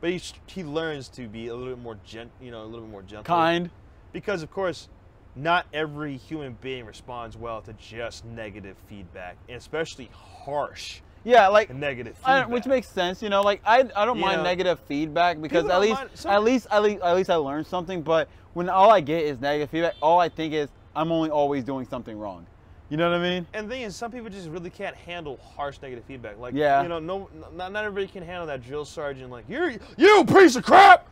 [SPEAKER 2] but he he learns to be a little bit more gent, you know, a little bit more gentle.
[SPEAKER 1] Kind.
[SPEAKER 2] Because of course, not every human being responds well to just negative feedback, and especially harsh
[SPEAKER 1] Yeah, like
[SPEAKER 2] negative
[SPEAKER 1] I
[SPEAKER 2] feedback.
[SPEAKER 1] don't- which makes sense, you know. Like I, I don't
[SPEAKER 2] You
[SPEAKER 1] mind
[SPEAKER 2] know.
[SPEAKER 1] negative feedback because
[SPEAKER 2] People
[SPEAKER 1] at
[SPEAKER 2] don't
[SPEAKER 1] least,
[SPEAKER 2] mind- some-
[SPEAKER 1] at least, at least, at least, I learned something. But when all I get is negative feedback, all I think is I'm only always doing something wrong. You know what I mean?
[SPEAKER 2] And the thing is, some people just really can't handle harsh negative feedback. Like,
[SPEAKER 1] Yeah.
[SPEAKER 2] you know, no, not, not everybody can handle that drill sergeant. Like, you, you piece of crap.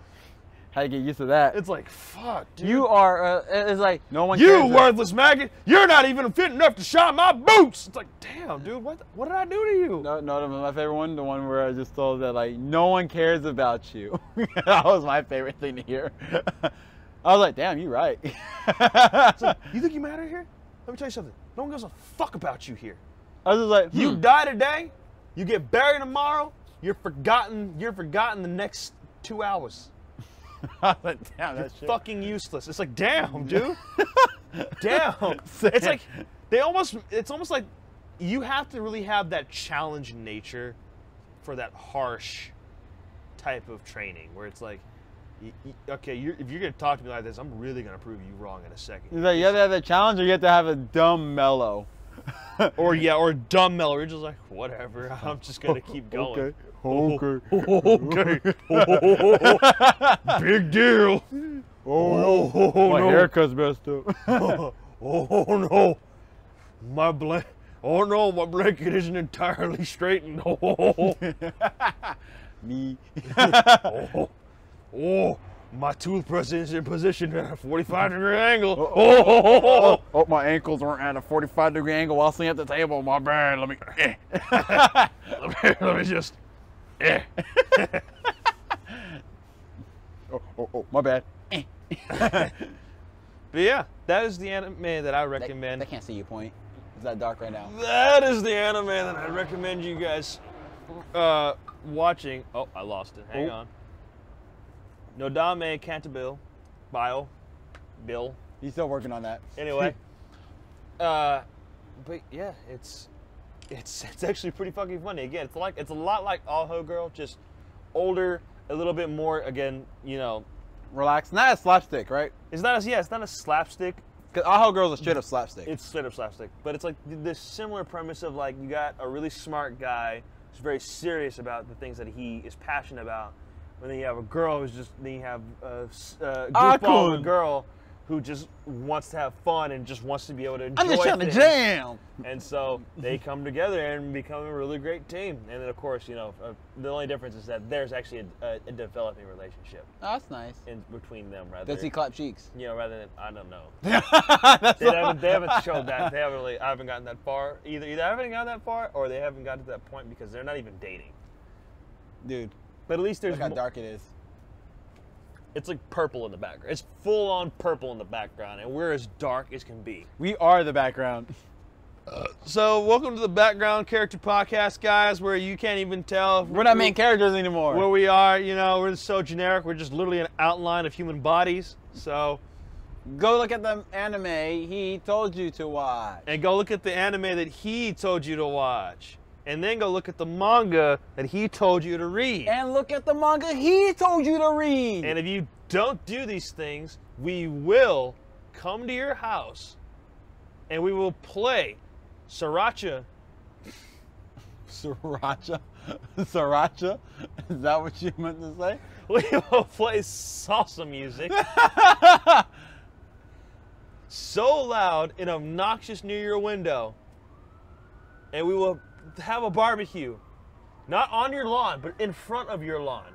[SPEAKER 1] How to get used to that?
[SPEAKER 2] It's like, fuck, dude.
[SPEAKER 1] you are. Uh, it's like no one.
[SPEAKER 2] You
[SPEAKER 1] cares that-
[SPEAKER 2] worthless maggot. You're not even fit enough to shine my boots. It's like, damn, dude, what, what did I do to you?
[SPEAKER 1] No, no, no, my favorite one, the one where I just told that like no one cares about you. <laughs> that was my favorite thing to hear. <laughs> I was like, damn, you right. <laughs>
[SPEAKER 2] You think you matter here? Let me tell you something. No one gives a fuck about you here.
[SPEAKER 1] I was just like,
[SPEAKER 2] You
[SPEAKER 1] hmm.
[SPEAKER 2] die today, you get buried tomorrow, you're forgotten, you're forgotten the next two hours.
[SPEAKER 1] <laughs> I was like, damn, that shit.
[SPEAKER 2] Fucking useless. It's
[SPEAKER 1] <laughs>
[SPEAKER 2] like, damn, dude. damn. It's like they almost it's almost like you have to really have that challenge nature for that harsh type of training where it's like y- y- okay you're, if you're gonna talk to me like this i'm really gonna prove you wrong in a second
[SPEAKER 1] He's like, you have to have a challenge or you have to have a dumb mellow.
[SPEAKER 2] or yeah or dumb mellow you're just like whatever <laughs> i'm just
[SPEAKER 1] <laughs>
[SPEAKER 2] gonna keep going
[SPEAKER 1] Okay.
[SPEAKER 2] Oh.
[SPEAKER 1] Okay.
[SPEAKER 2] <laughs>
[SPEAKER 1] <laughs>
[SPEAKER 2] okay big deal
[SPEAKER 1] Oh, no. My
[SPEAKER 2] no.
[SPEAKER 1] haircut's messed up. <laughs>
[SPEAKER 2] oh, <laughs> no, my blanket. Oh no, my blanket isn't entirely straightened. <laughs> Oh, oh, oh,
[SPEAKER 1] Me.
[SPEAKER 2] oh, oh, oh, my toothbrush is in position at a 45 degree angle. Oh, oh, oh, oh, oh.
[SPEAKER 1] Oh, my ankles weren't at a 45 degree angle while sitting at the table. My bad. Let me. eh. <laughs>
[SPEAKER 2] Let, me, Oh, <laughs> let me just. Eh.
[SPEAKER 1] Oh, oh, oh, my bad.
[SPEAKER 2] But yeah, that is the anime that I recommend.
[SPEAKER 1] I can't see your point. It's that dark right now.
[SPEAKER 2] That is the anime that I recommend you guys uh, watching. Oh, I lost it. Hang
[SPEAKER 1] Oh.
[SPEAKER 2] on. Nodame Cantabile, Bile, Bill.
[SPEAKER 1] He's still working on that. <laughs>
[SPEAKER 2] anyway. uh, but yeah, it's it's <laughs> it's actually pretty fucking funny. Again, it's like it's a lot like All Ho Girl, just older, a little bit more. Again, you know,
[SPEAKER 1] Relax. Not a slapstick, right?
[SPEAKER 2] it's not as yeah, it's not a slapstick.
[SPEAKER 1] Because Aho Girl's a straight up slapstick.
[SPEAKER 2] It's straight up slapstick, but it's like th- this similar premise of like you got a really smart guy who's very serious about the things that he is passionate about, and then you have a girl who's just then you have a s- uh, goofball of
[SPEAKER 1] Akun.
[SPEAKER 2] a girl who just wants to have fun and just wants to be able to. Enjoy
[SPEAKER 1] I'm just trying to
[SPEAKER 2] things.
[SPEAKER 1] jam.
[SPEAKER 2] And so they come together and become a really great team. And then, of course, you know, uh, the only difference is that there's actually a, a, a developing relationship
[SPEAKER 1] Oh, that's nice.
[SPEAKER 2] in between them, rather.
[SPEAKER 1] Does he clap cheeks?
[SPEAKER 2] you know, rather than I don't know.
[SPEAKER 1] <laughs> That's
[SPEAKER 2] They haven't, they haven't showed that. They haven't really. I haven't gotten that far. Either either I haven't gotten that far, or they haven't gotten to that point because they're not even dating.
[SPEAKER 1] Dude,
[SPEAKER 2] But at least there's
[SPEAKER 1] look how
[SPEAKER 2] mo-
[SPEAKER 1] dark it is.
[SPEAKER 2] It's like purple in the background. It's full on purple in the background, and we're as dark as can be.
[SPEAKER 1] We are the background.
[SPEAKER 2] So welcome to the background character podcast, guys, where you can't even tell.
[SPEAKER 1] We're not main characters anymore.
[SPEAKER 2] where we are, you know, we're so generic. We're just literally an outline of human bodies. So,
[SPEAKER 1] Go look at the anime he told you to watch.
[SPEAKER 2] and go look at the anime that he told you to watch, and then go look at the manga that he told you to read.
[SPEAKER 1] And look at the manga he told you to read.
[SPEAKER 2] And if you don't do these things, we will come to your house, and we will play sriracha
[SPEAKER 1] Sriracha? <laughs> Sriracha? Is that what you meant to say?
[SPEAKER 2] <laughs> We will play salsa music so loud and obnoxious near your window. And we will have a barbecue. Not on your lawn, but in front of your lawn.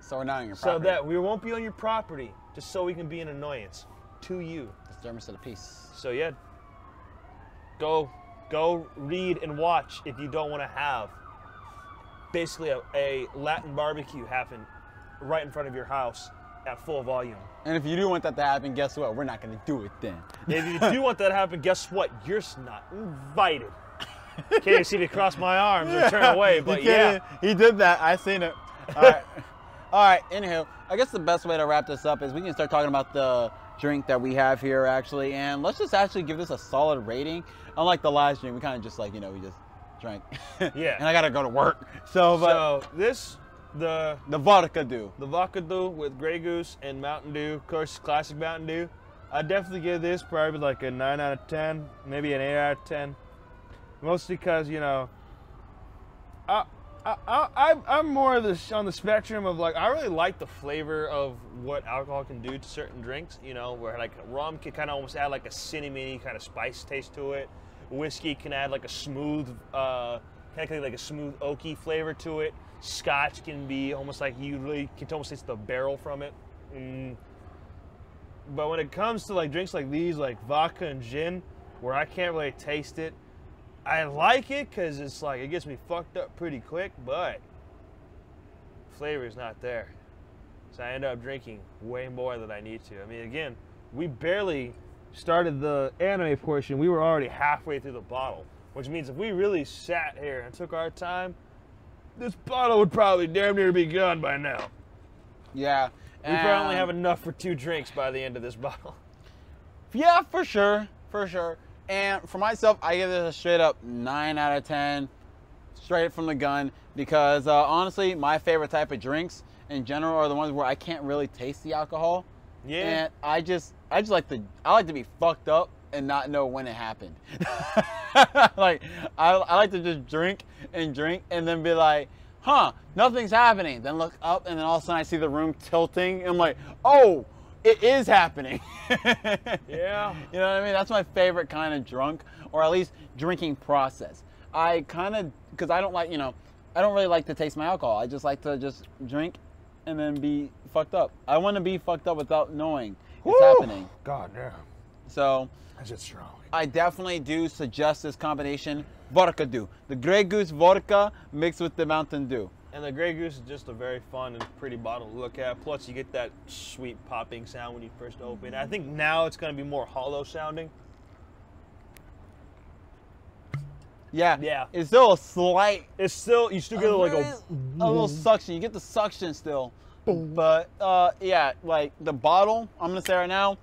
[SPEAKER 1] So we're not on your
[SPEAKER 2] So
[SPEAKER 1] property.
[SPEAKER 2] that we won't be on your property, just so we can be an annoyance to you.
[SPEAKER 1] It's Dermis of the Peace.
[SPEAKER 2] So yeah, go go read and watch if you don't want to have basically a, a Latin barbecue happen right in front of your house at full volume.
[SPEAKER 1] And if you do want that to happen, guess what? We're not going to do it then.
[SPEAKER 2] If you
[SPEAKER 1] <laughs>
[SPEAKER 2] do want that to happen, guess what? You're s- not invited. Can't even see me cross my arms or turn
[SPEAKER 1] <laughs>
[SPEAKER 2] away,
[SPEAKER 1] You
[SPEAKER 2] but yeah.
[SPEAKER 1] can't- He did that. I seen it. All
[SPEAKER 2] <laughs>
[SPEAKER 1] right. All right. Anywho, I guess the best way to wrap this up is we can start talking about the drink that we have here, actually. And let's just actually give this a solid rating. Unlike the last drink, we kind of just like, you know, we just drank. <laughs>
[SPEAKER 2] Yeah.
[SPEAKER 1] and I got to go to work. So, but
[SPEAKER 2] So this the
[SPEAKER 1] the vodka do.
[SPEAKER 2] the vodka dew with Grey Goose and Mountain Dew, of course, classic Mountain Dew. I definitely give this probably like a nine out of ten, maybe an eight out of ten, mostly because you know, I I I I'm- I'm more of this on the spectrum of like I really like the flavor of what alcohol can do to certain drinks. You know, where like rum can kind of almost add like a cinnamony kind of spice taste to it. Whiskey can add like a smooth, uh, technically like a smooth oaky flavor to it. Scotch can be almost like you really can almost taste the barrel from it. Mm. But when it comes to like drinks like these, like vodka and gin, where I can't really taste it, I like it because it's like it gets me fucked up pretty quick, but flavor's not there. So I end up drinking way more than I need to. I mean, again, we barely started the anime portion. We were already halfway through the bottle, which means if we really sat here and took our time, this bottle would probably damn near be gone by now.
[SPEAKER 1] Yeah.
[SPEAKER 2] We probably only
[SPEAKER 1] And-
[SPEAKER 2] have enough for two drinks by the end of this <laughs> bottle.
[SPEAKER 1] Yeah, for sure, for sure. And for myself, I give this a straight up nine out of ten, straight from the gun. Because uh, honestly, my favorite type of drinks in general are the ones where I can't really taste the alcohol,
[SPEAKER 2] Yeah.
[SPEAKER 1] and I just, I just like to, I like to be fucked up and not know when it happened. <laughs> like, I, I like to just drink and drink and then be like. Huh, nothing's happening. Then look up, and then all of a sudden I see the room tilting. And I'm like, oh, it is happening. <laughs>
[SPEAKER 2] yeah.
[SPEAKER 1] You know what I mean? That's my favorite kind of drunk, or at least drinking process. I kind of, because I don't like, you know, I don't really like to taste my alcohol. I just like to just drink and then be fucked up. I want to be fucked up without knowing it's happening.
[SPEAKER 2] God damn.
[SPEAKER 1] So
[SPEAKER 2] That's just strong.
[SPEAKER 1] I definitely do suggest this combination vodka do. The Grey Goose vodka mixed with the Mountain Dew.
[SPEAKER 2] And the Grey Goose is just a very fun and pretty bottle to look at. Plus, you get that sweet popping sound when you first open. I think now it's going to be more hollow sounding.
[SPEAKER 1] Yeah.
[SPEAKER 2] Yeah.
[SPEAKER 1] It's still a slight
[SPEAKER 2] It's still, you still get like a. Mm-hmm.
[SPEAKER 1] a little suction. You get the suction still, but uh, yeah, like the bottle. I'm gonna say right now,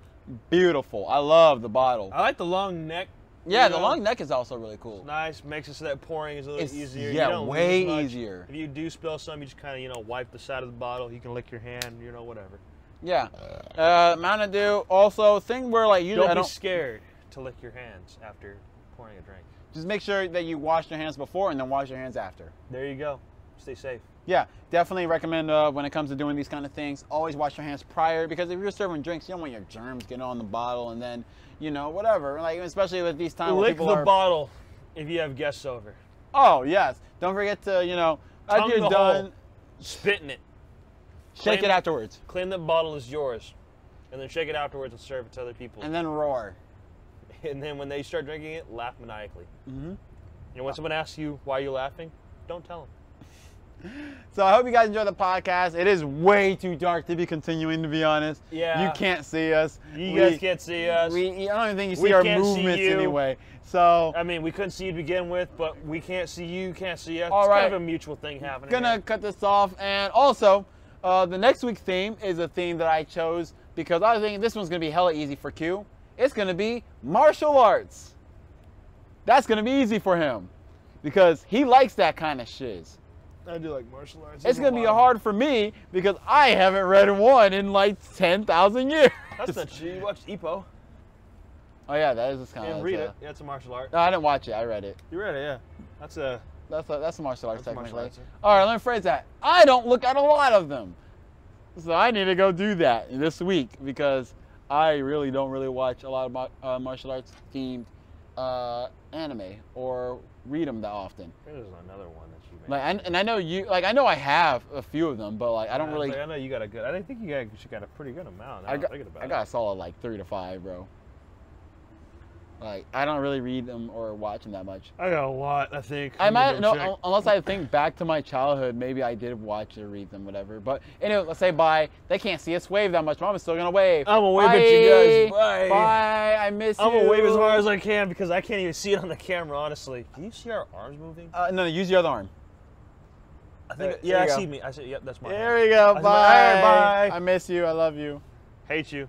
[SPEAKER 1] beautiful. I love the bottle.
[SPEAKER 2] I like the long neck.
[SPEAKER 1] yeah,
[SPEAKER 2] you
[SPEAKER 1] the
[SPEAKER 2] know?
[SPEAKER 1] long neck is also really cool.
[SPEAKER 2] Nice, makes it so that pouring is a little
[SPEAKER 1] It's-
[SPEAKER 2] easier.
[SPEAKER 1] yeah,
[SPEAKER 2] you don't lose
[SPEAKER 1] way
[SPEAKER 2] much.
[SPEAKER 1] easier.
[SPEAKER 2] If you do spill some, you just kind of, you know, wipe the side of the bottle. You can lick your hand, you know, whatever.
[SPEAKER 1] Yeah, uh, Mountain Dew also thing where like you
[SPEAKER 2] Don't
[SPEAKER 1] I
[SPEAKER 2] be
[SPEAKER 1] don't
[SPEAKER 2] scared to lick your hands after pouring a drink.
[SPEAKER 1] just make sure that you wash your hands before and then wash your hands after.
[SPEAKER 2] There you go. Stay safe.
[SPEAKER 1] Yeah, definitely recommend uh, when it comes to doing these kind of things. Always wash your hands prior because if you're serving drinks, you don't want your germs getting on the bottle and then you know whatever. Like especially with these times where
[SPEAKER 2] Lick the
[SPEAKER 1] people are.
[SPEAKER 2] bottle if you have guests over.
[SPEAKER 1] oh yes, don't forget to you know
[SPEAKER 2] Tongue
[SPEAKER 1] after
[SPEAKER 2] the
[SPEAKER 1] you're
[SPEAKER 2] hole.
[SPEAKER 1] done.
[SPEAKER 2] Spit in it.
[SPEAKER 1] Shake
[SPEAKER 2] Claim-
[SPEAKER 1] it afterwards.
[SPEAKER 2] claim that bottle is yours, and then shake it afterwards and serve it to other people.
[SPEAKER 1] And then
[SPEAKER 2] And,
[SPEAKER 1] roar.
[SPEAKER 2] then when they start drinking it, laugh maniacally. Mm-hmm. And when someone asks you why you're laughing, don't tell them.
[SPEAKER 1] So I hope you guys enjoy the podcast. It is way too dark to be continuing, to be honest.
[SPEAKER 2] Yeah.
[SPEAKER 1] You can't see us.
[SPEAKER 2] You
[SPEAKER 1] We-
[SPEAKER 2] guys can't see us.
[SPEAKER 1] We, I don't even think you see
[SPEAKER 2] We
[SPEAKER 1] our
[SPEAKER 2] can't see
[SPEAKER 1] movements
[SPEAKER 2] you.
[SPEAKER 1] anyway. So
[SPEAKER 2] I mean, we couldn't see you to begin with, but we can't see you, can't see us.
[SPEAKER 1] All
[SPEAKER 2] it's
[SPEAKER 1] right.
[SPEAKER 2] kind of a mutual thing happening.
[SPEAKER 1] gonna
[SPEAKER 2] here.
[SPEAKER 1] cut this off. And also, uh, the next week's theme is a theme that I chose because I think this one's gonna be hella easy for Q. It's gonna be martial arts. That's gonna be easy for him because he likes that kind of shiz.
[SPEAKER 2] I do like martial arts.
[SPEAKER 1] It's
[SPEAKER 2] There's
[SPEAKER 1] gonna be
[SPEAKER 2] lot of-
[SPEAKER 1] hard for me because I haven't read one in like ten thousand years. <laughs>
[SPEAKER 2] That's not true. You watched Ipo
[SPEAKER 1] Oh yeah, that is kind
[SPEAKER 2] and
[SPEAKER 1] of.
[SPEAKER 2] read it. Yeah, it's a martial art.
[SPEAKER 1] No, I didn't watch it. I read it.
[SPEAKER 2] You read it, yeah. That's a
[SPEAKER 1] That's a, that's a martial arts
[SPEAKER 4] That's martial
[SPEAKER 1] technically.
[SPEAKER 4] arts, yeah.
[SPEAKER 1] All right, let me phrase that. I don't look at a lot of them, so I need to go do that this week because I really don't really watch a lot of mar- uh, martial arts themed uh, anime or read them that often.
[SPEAKER 2] There's another one that you made.
[SPEAKER 1] Like, and, and I know you like I know I have a few of them, but like I don't
[SPEAKER 2] Yeah,
[SPEAKER 1] really.
[SPEAKER 2] it's like, I know you got a good. I think you got, you got a pretty good amount.
[SPEAKER 1] I
[SPEAKER 2] I
[SPEAKER 1] got,
[SPEAKER 2] got. Thinking about
[SPEAKER 1] I got a solid like three to five, bro. Like I don't really read them or watch them that much.
[SPEAKER 4] I got a lot, I think. Let
[SPEAKER 1] I
[SPEAKER 4] me
[SPEAKER 1] might
[SPEAKER 4] go
[SPEAKER 1] no,
[SPEAKER 4] check.
[SPEAKER 1] un- unless I think back to my childhood, maybe I did watch or read them, whatever. But anyway, let's say bye. They can't see us wave that much, but I'm still gonna wave.
[SPEAKER 2] I'm gonna wave at you guys. Bye.
[SPEAKER 1] Bye. I miss
[SPEAKER 2] I'm
[SPEAKER 1] you.
[SPEAKER 2] gonna wave as hard as I can because I can't even see it on the camera. Honestly, can you see our arms moving?
[SPEAKER 1] Uh, no, no, use the other arm.
[SPEAKER 2] I
[SPEAKER 1] there-
[SPEAKER 2] think.
[SPEAKER 1] there
[SPEAKER 2] Yeah, I
[SPEAKER 1] you go.
[SPEAKER 2] see me. I see. Yep, that's my.
[SPEAKER 1] There
[SPEAKER 2] hand.
[SPEAKER 1] we go.
[SPEAKER 2] That's my-
[SPEAKER 1] Bye.
[SPEAKER 2] Alright, bye.
[SPEAKER 1] I miss you. I love you.
[SPEAKER 2] Hate you.